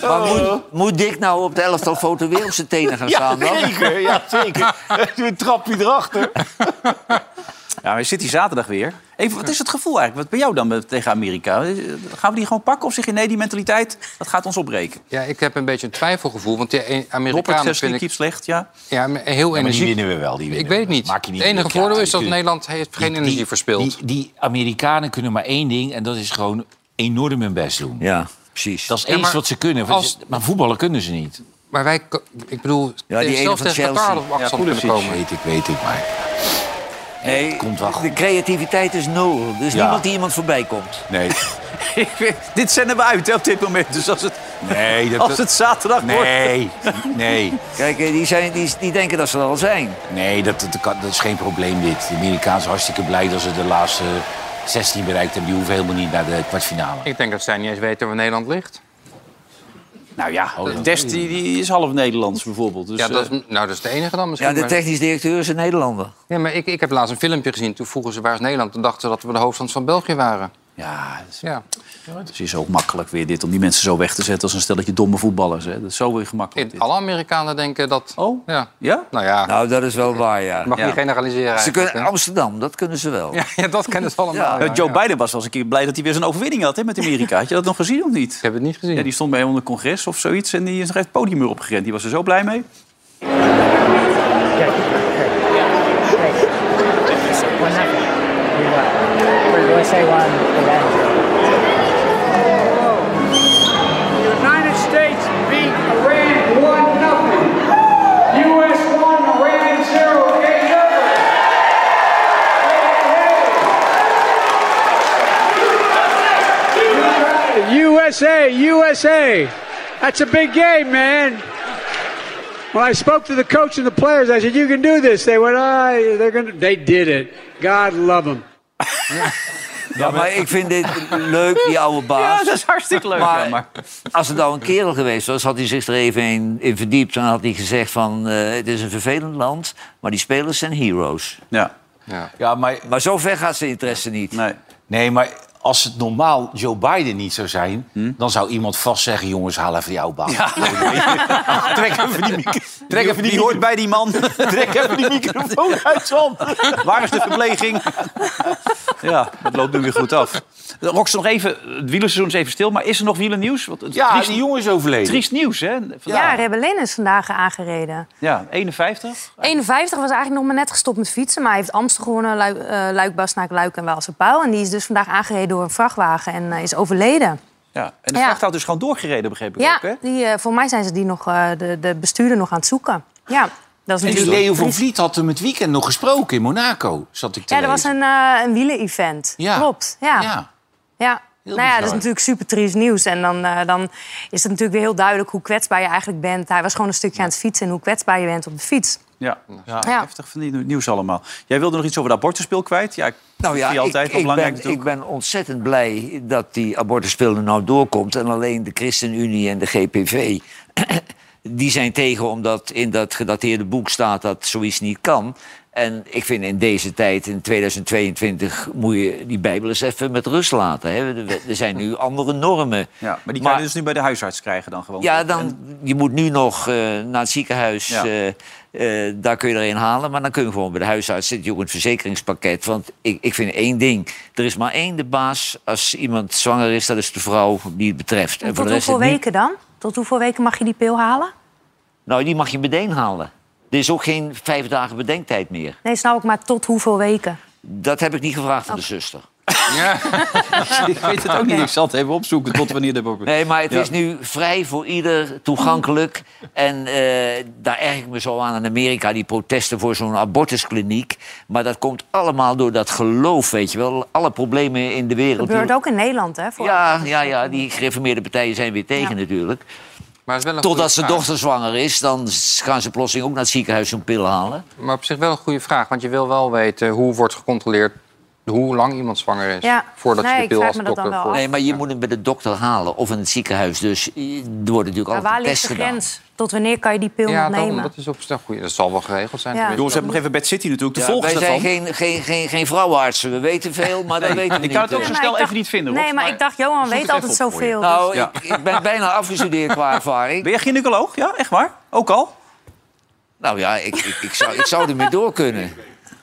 [SPEAKER 4] Maar moet, moet Dick nou op de elftal foto weer op zijn tenen gaan staan dan?
[SPEAKER 3] Zeker, ja, zeker. Doe een trapje erachter.
[SPEAKER 1] Ja, maar je zit hier zaterdag weer. Even, wat is het gevoel eigenlijk? Wat bij jou dan met- tegen Amerika? Eh, Gaan we die gewoon pakken? Of zeg je nee, die mentaliteit, dat gaat ons opbreken?
[SPEAKER 5] Ja, ik heb een beetje een twijfelgevoel. Want die e-
[SPEAKER 1] Robert
[SPEAKER 5] Amerikanen
[SPEAKER 1] zegt, die
[SPEAKER 5] vind ik
[SPEAKER 1] keept slecht, ja.
[SPEAKER 5] ja, heel
[SPEAKER 3] Maar die
[SPEAKER 5] energiek.
[SPEAKER 3] winnen we wel. Die winnen
[SPEAKER 5] Ik
[SPEAKER 3] we.
[SPEAKER 5] weet het
[SPEAKER 3] Dat
[SPEAKER 5] niet.
[SPEAKER 3] maak je niet
[SPEAKER 5] Het enige
[SPEAKER 3] druk. Ja,
[SPEAKER 5] voordeel is dat
[SPEAKER 3] natuurlijk.
[SPEAKER 5] Nederland heeft geen
[SPEAKER 3] Die-
[SPEAKER 5] energie
[SPEAKER 3] die-
[SPEAKER 5] verspild.
[SPEAKER 3] Die, die Amerikanen kunnen maar één ding en dat is gewoon enorm hun best doen.
[SPEAKER 4] Ja, precies.
[SPEAKER 3] Dat is
[SPEAKER 5] Ja,
[SPEAKER 3] eens
[SPEAKER 5] maar
[SPEAKER 3] wat ze kunnen. want
[SPEAKER 5] als-
[SPEAKER 3] ze- Maar voetballen kunnen ze niet.
[SPEAKER 5] Maar wij, ko- ik bedoel,
[SPEAKER 4] Ja, die ene
[SPEAKER 5] zelfs
[SPEAKER 4] van
[SPEAKER 5] tegen
[SPEAKER 4] Chelsea.
[SPEAKER 5] Qatar op
[SPEAKER 1] Ja,
[SPEAKER 5] afstand kunnen komen.
[SPEAKER 3] Weet ik, weet ik, maar...
[SPEAKER 4] Nee,
[SPEAKER 3] komt wel goed.
[SPEAKER 4] de creativiteit is nul. Er is
[SPEAKER 3] Ja.
[SPEAKER 4] niemand die iemand voorbij komt.
[SPEAKER 3] Nee,
[SPEAKER 1] Ik weet- Dit zenden we uit hè, op dit moment. Dus als het,
[SPEAKER 3] nee, dat...
[SPEAKER 1] als het zaterdag wordt...
[SPEAKER 3] Nee, nee,
[SPEAKER 4] Kijk, eh, die, zijn, die, die denken dat ze er al zijn.
[SPEAKER 3] nee dat, dat, kan- dat is geen probleem dit. De Amerikaans hartstikke blij dat ze de laatste 16 bereikt hebben. Die hoeven helemaal niet naar de kwartfinale.
[SPEAKER 5] Ik denk dat zij niet eens weten waar Nederland ligt.
[SPEAKER 1] Nou ja,
[SPEAKER 3] Oh, dat-
[SPEAKER 1] Dest die, die is half Nederlands bijvoorbeeld. Dus,
[SPEAKER 5] Ja, dat
[SPEAKER 1] eh,
[SPEAKER 5] is, nou, dat is de enige dan misschien.
[SPEAKER 4] Ja, de
[SPEAKER 5] maar-
[SPEAKER 4] technisch directeur is een Nederlander.
[SPEAKER 5] Ja, maar ik, ik heb laatst een filmpje gezien. Toen vroegen ze waar is Nederland. Toen dachten ze dat we de hoofdstad van België waren.
[SPEAKER 1] Ja, dat is,
[SPEAKER 5] Ja.
[SPEAKER 1] dat is hier zo makkelijk weer dit om die mensen zo weg te zetten als een stelletje domme voetballers. Hè. Dat is zo weer gemakkelijk. dit.
[SPEAKER 5] Alle Amerikanen denken dat...
[SPEAKER 1] Oh?
[SPEAKER 5] Ja.
[SPEAKER 1] Ja?
[SPEAKER 5] Nou ja.
[SPEAKER 4] Nou, dat is wel waar, ja.
[SPEAKER 5] Mag
[SPEAKER 1] Ja.
[SPEAKER 5] niet generaliseren
[SPEAKER 4] Ze
[SPEAKER 5] eigenlijk,
[SPEAKER 4] kunnen,
[SPEAKER 5] hè?
[SPEAKER 4] Amsterdam, dat kunnen ze wel.
[SPEAKER 5] ja, ja, dat kennen ze allemaal.
[SPEAKER 1] Eh,
[SPEAKER 5] ja,
[SPEAKER 1] Joe
[SPEAKER 5] ja.
[SPEAKER 1] Biden was wel eens een keer blij dat hij weer zijn overwinning had hè, met Amerika. Had je dat nog gezien of niet?
[SPEAKER 5] Ik heb het niet gezien.
[SPEAKER 1] Ja, die stond bij hem onder congres of zoiets en die is nog even het podium weer opgerend. Die was er zo blij mee.
[SPEAKER 11] One nothing. We won. We're going to say one. The United States beat Iran one nothing. U.S. one, Iran zero. Eight nothing. USA, USA. That's a big game, man. When I spoke to the coach and the players, I said, "You can do this." They went, "Ah, they're gonna." They did it. God love them.
[SPEAKER 4] Ja, maar ik vind dit leuk, die oude baas.
[SPEAKER 1] Ja, dat is hartstikke leuk.
[SPEAKER 4] Maar-
[SPEAKER 1] ja, maar-
[SPEAKER 4] Als het nou een kerel geweest was, had hij zich er even in, in verdiept... en had hij gezegd van, eh, het is een vervelend land... maar die spelers zijn heroes.
[SPEAKER 1] Ja.
[SPEAKER 3] Ja, maar,
[SPEAKER 4] Maar zo ver gaat zijn interesse niet.
[SPEAKER 1] Nee.
[SPEAKER 3] nee, maar als het normaal Joe Biden niet zou zijn...
[SPEAKER 1] Hm?
[SPEAKER 3] dan zou iemand vast zeggen, jongens, haal even die oude baan. Trek even die, mic- trek even die,
[SPEAKER 1] Die hoort bij die man.
[SPEAKER 3] trek even die microfoon uit zijn hand.
[SPEAKER 1] Waar is de verpleging? ja, het loopt nu weer goed af. Rox, nog even, het wielerseizoen is even stil, maar is er nog wielernieuws? Want het
[SPEAKER 3] Ja,
[SPEAKER 1] triest,
[SPEAKER 3] die jongen is overleden.
[SPEAKER 1] triest nieuws, hè?
[SPEAKER 2] Ja,
[SPEAKER 1] Vandaag.
[SPEAKER 2] Rebellin is vandaag aangereden.
[SPEAKER 1] Ja, 51.
[SPEAKER 2] 51 was eigenlijk nog maar net gestopt met fietsen. Maar hij heeft Amstel gewonnen, Luik, eh Luik Basnaak, Luik en Waalse Pauw. En die is dus vandaag aangereden door een vrachtwagen en eh, is overleden.
[SPEAKER 1] Ja. En de
[SPEAKER 2] Ja.
[SPEAKER 1] vracht had dus gewoon doorgereden, begreep ik
[SPEAKER 2] Ja,
[SPEAKER 1] ook, hè?
[SPEAKER 2] die, eh, voor mij zijn ze die nog, eh, de, de bestuurder nog aan het zoeken. Ja, dat is
[SPEAKER 3] En
[SPEAKER 2] natuurlijk...
[SPEAKER 3] die Leo van
[SPEAKER 2] triest.
[SPEAKER 3] Vliet had hem het weekend nog gesproken in Monaco, zat ik te
[SPEAKER 2] Ja, dat was
[SPEAKER 3] lezen.
[SPEAKER 2] een, eh een wielen-event.
[SPEAKER 3] Ja.
[SPEAKER 2] Klopt, ja. ja.
[SPEAKER 3] Ja.
[SPEAKER 2] Nou ja, dat is
[SPEAKER 3] bizar.
[SPEAKER 2] natuurlijk super triest nieuws. En dan, eh, dan is het natuurlijk weer heel duidelijk hoe kwetsbaar je eigenlijk bent. Hij was gewoon een stukje aan het fietsen en hoe kwetsbaar je bent op de fiets.
[SPEAKER 1] Ja. ja.
[SPEAKER 2] Ja.
[SPEAKER 1] Heftig van die nieuws allemaal. Jij wilde nog iets over het abortuspil kwijt? Ja, ik
[SPEAKER 4] Nou ja,
[SPEAKER 1] zie altijd
[SPEAKER 4] ik,
[SPEAKER 1] wel
[SPEAKER 4] ik,
[SPEAKER 1] belangrijk
[SPEAKER 4] ben, ik
[SPEAKER 1] natuurlijk.
[SPEAKER 4] ben ontzettend blij dat die abortuspil er nou doorkomt. En alleen de ChristenUnie en de GPV... die zijn tegen omdat in dat gedateerde boek staat dat zoiets niet kan. En ik vind in deze tijd, in 2022... moet je die Bijbel eens even met rust laten. Hè. Er- Er zijn nu andere normen.
[SPEAKER 1] Ja, maar die kan je dus nu bij de huisarts krijgen dan gewoon.
[SPEAKER 4] Ja, dan, je moet nu nog eh, naar het ziekenhuis.
[SPEAKER 1] Ja.
[SPEAKER 4] eh, eh, daar kun je er een halen. Maar dan kun je gewoon bij de huisarts zitten. Je ook een verzekeringspakket. Want ik, ik vind één ding. Er is maar één de baas als iemand zwanger is. Dat is de vrouw die het betreft.
[SPEAKER 2] En
[SPEAKER 4] voor
[SPEAKER 2] tot
[SPEAKER 4] de rest
[SPEAKER 2] hoeveel
[SPEAKER 4] niet.
[SPEAKER 2] weken dan? Tot hoeveel weken mag je die pil halen?
[SPEAKER 4] Nou, die mag je meteen halen. Er is ook geen vijf dagen bedenktijd meer.
[SPEAKER 2] Nee, snap ik, maar tot hoeveel weken?
[SPEAKER 4] Dat heb ik niet gevraagd van de zuster.
[SPEAKER 1] ik weet het ook niet. Ik zal het even opzoeken tot wanneer de...
[SPEAKER 4] Nee, maar het
[SPEAKER 1] Ja.
[SPEAKER 4] is nu vrij voor ieder, toegankelijk. En eh, daar erg ik me zo aan in Amerika, die protesten voor zo'n abortuskliniek. Maar dat komt allemaal door dat geloof, weet je wel. Alle problemen in de wereld.
[SPEAKER 2] Gebeurt ook in Nederland, hè? voor-
[SPEAKER 4] Ja, ja, ja, die gereformeerde partijen zijn weer tegen
[SPEAKER 2] Ja.
[SPEAKER 4] natuurlijk.
[SPEAKER 5] Maar het is wel een
[SPEAKER 4] Totdat
[SPEAKER 5] goede
[SPEAKER 4] zijn
[SPEAKER 5] vraag.
[SPEAKER 4] dochter zwanger is, dan s- gaan ze plotseling ook naar het ziekenhuis zo'n pil halen.
[SPEAKER 5] Maar op zich wel een goede vraag. Want je wil wel weten hoe wordt gecontroleerd... hoe lang iemand zwanger is.
[SPEAKER 2] Ja.
[SPEAKER 5] Voordat
[SPEAKER 2] Nee,
[SPEAKER 5] je de
[SPEAKER 2] ik
[SPEAKER 5] pil
[SPEAKER 2] vraag
[SPEAKER 5] als
[SPEAKER 2] me dat
[SPEAKER 5] dokter...
[SPEAKER 2] dan wel
[SPEAKER 5] voor-
[SPEAKER 2] af.
[SPEAKER 4] Nee, maar je moet hem bij de dokter halen of in het ziekenhuis. Dus eh, er worden natuurlijk
[SPEAKER 2] Maar waar
[SPEAKER 4] altijd
[SPEAKER 2] ligt
[SPEAKER 4] tests
[SPEAKER 2] de
[SPEAKER 4] gedaan.
[SPEAKER 2] grens? Tot wanneer kan je die pil
[SPEAKER 5] Ja,
[SPEAKER 2] nog
[SPEAKER 5] daarom,
[SPEAKER 2] nemen?
[SPEAKER 5] dat is op zich goed. Dat zal wel geregeld zijn.
[SPEAKER 2] Ja.
[SPEAKER 5] tenminste.
[SPEAKER 1] Jongens, we hebben nog even Bad City natuurlijk. De
[SPEAKER 4] Ja,
[SPEAKER 1] volgers
[SPEAKER 4] wij zijn
[SPEAKER 1] daarvan.
[SPEAKER 4] geen, geen, geen, geen vrouwenartsen. We weten veel, maar dat weten we
[SPEAKER 1] ik
[SPEAKER 4] niet.
[SPEAKER 1] kan het ook
[SPEAKER 4] eh.
[SPEAKER 1] zo
[SPEAKER 2] maar
[SPEAKER 1] snel
[SPEAKER 2] ik
[SPEAKER 1] even
[SPEAKER 2] dacht-
[SPEAKER 1] niet vinden.
[SPEAKER 2] Nee,
[SPEAKER 1] Rob,
[SPEAKER 2] maar ik dacht, Johan
[SPEAKER 1] zoek
[SPEAKER 2] weet
[SPEAKER 1] het
[SPEAKER 2] altijd
[SPEAKER 1] even op voor je.
[SPEAKER 2] zoveel.
[SPEAKER 4] Nou,
[SPEAKER 1] Ja.
[SPEAKER 4] ik, ik ben bijna afgestudeerd qua
[SPEAKER 1] Ben
[SPEAKER 4] ervaring.
[SPEAKER 1] jij gynaecoloog? Ja, echt waar? Ook al?
[SPEAKER 4] Nou ja, ik, ik, ik, zou, ik zou ermee door kunnen.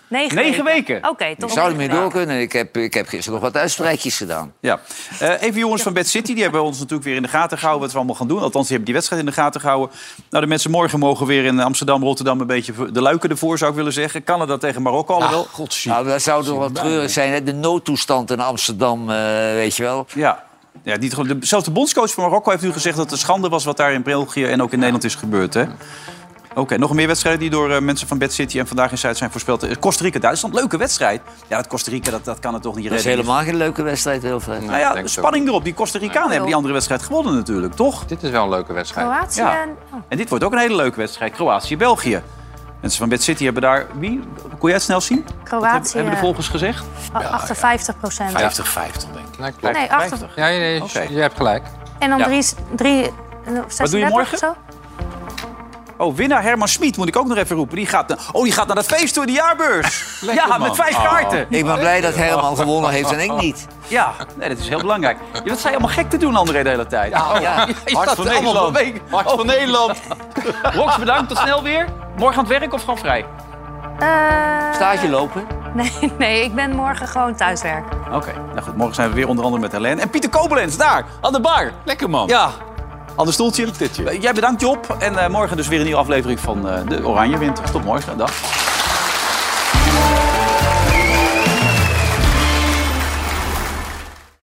[SPEAKER 2] Negen,
[SPEAKER 1] Negen weken.
[SPEAKER 2] Oké,
[SPEAKER 4] Ik
[SPEAKER 2] toch
[SPEAKER 4] zou
[SPEAKER 2] nog
[SPEAKER 4] ermee
[SPEAKER 2] negen
[SPEAKER 4] door kunnen. Ik heb, ik heb gisteren nog wat uitspreidjes gedaan.
[SPEAKER 1] Ja. Eh, even jongens van Bad City, die hebben ons natuurlijk weer in de gaten gehouden... wat we allemaal gaan doen. Althans, die hebben die wedstrijd in de gaten gehouden. Nou, de mensen morgen mogen weer in Amsterdam, Rotterdam... een beetje de luiken ervoor, zou ik willen zeggen. Canada tegen Marokko, alhoewel...
[SPEAKER 4] Nou, dat zou toch wel treurig zijn. Hè? De noodtoestand in Amsterdam, eh, weet je wel.
[SPEAKER 1] Ja. Ja, niet, gewoon- de- zelfs de bondscoach van Marokko heeft nu gezegd dat het een schande was wat daar in België en ook in Nederland is gebeurd. Hè? Oké, nog meer wedstrijden die door eh, mensen van Bad City en vandaag in Zuid zijn voorspeld. Eh, Costa Rica, Duitsland, leuke wedstrijd. Ja, dat Costa Rica, dat, dat kan het toch niet
[SPEAKER 4] Dat is
[SPEAKER 1] redden.
[SPEAKER 4] helemaal geen leuke wedstrijd, Wilfred.
[SPEAKER 1] Nou
[SPEAKER 5] ik
[SPEAKER 1] ja,
[SPEAKER 5] denk het
[SPEAKER 1] spanning erop. Die Costa Ricanen hebben die andere wedstrijd gewonnen natuurlijk, toch?
[SPEAKER 5] Dit is wel een leuke wedstrijd.
[SPEAKER 2] Kroatië.
[SPEAKER 1] Ja.
[SPEAKER 2] en- oh.
[SPEAKER 1] En dit wordt ook een hele leuke wedstrijd. Kroatië-België. Mensen van Bad City hebben daar... Wie? Kon jij het snel zien? Wat
[SPEAKER 2] Kroatië.
[SPEAKER 1] hebben de volgers gezegd?
[SPEAKER 2] a- 58 procent.
[SPEAKER 1] 50-50, denk ik.
[SPEAKER 5] Nee, klopt.
[SPEAKER 2] Nee, 80.
[SPEAKER 5] Ja, nee, nee,
[SPEAKER 1] Oké.
[SPEAKER 5] je hebt gelijk.
[SPEAKER 2] En dan
[SPEAKER 1] Ja.
[SPEAKER 2] drie, drie, eh, 36
[SPEAKER 1] morgen?
[SPEAKER 2] of zo?
[SPEAKER 1] Oh, winnaar Herman Smit moet ik ook nog even roepen. Die gaat, na- oh, die gaat naar dat feest door de jaarbeurs.
[SPEAKER 4] Lekker,
[SPEAKER 1] ja,
[SPEAKER 4] man.
[SPEAKER 1] met vijf
[SPEAKER 4] Oh.
[SPEAKER 1] kaarten.
[SPEAKER 4] Ik ben blij dat Herman gewonnen heeft en ik niet.
[SPEAKER 1] Ja, nee, dat is heel belangrijk. Je wat zei je allemaal gek te doen, André, de hele tijd? Ah,
[SPEAKER 4] Ja, ja.
[SPEAKER 1] Hart van Nederland. Hart van Nederland. Rox, Oh. bedankt. Tot snel weer. Morgen aan het werk of gewoon vrij?
[SPEAKER 2] Eh,
[SPEAKER 4] Stage lopen.
[SPEAKER 2] Nee, Eh, nee, ik ben morgen gewoon thuiswerk.
[SPEAKER 1] Oké, nou goed. Morgen zijn we weer onder andere met Helene. En Pieter Koblenz, daar, aan de bar.
[SPEAKER 3] Lekker man.
[SPEAKER 1] Ja, aan de stoeltje. Jij bedankt, Job. En eh, morgen dus weer een nieuwe aflevering van eh, de Oranje Winter. Tot morgen. Dag.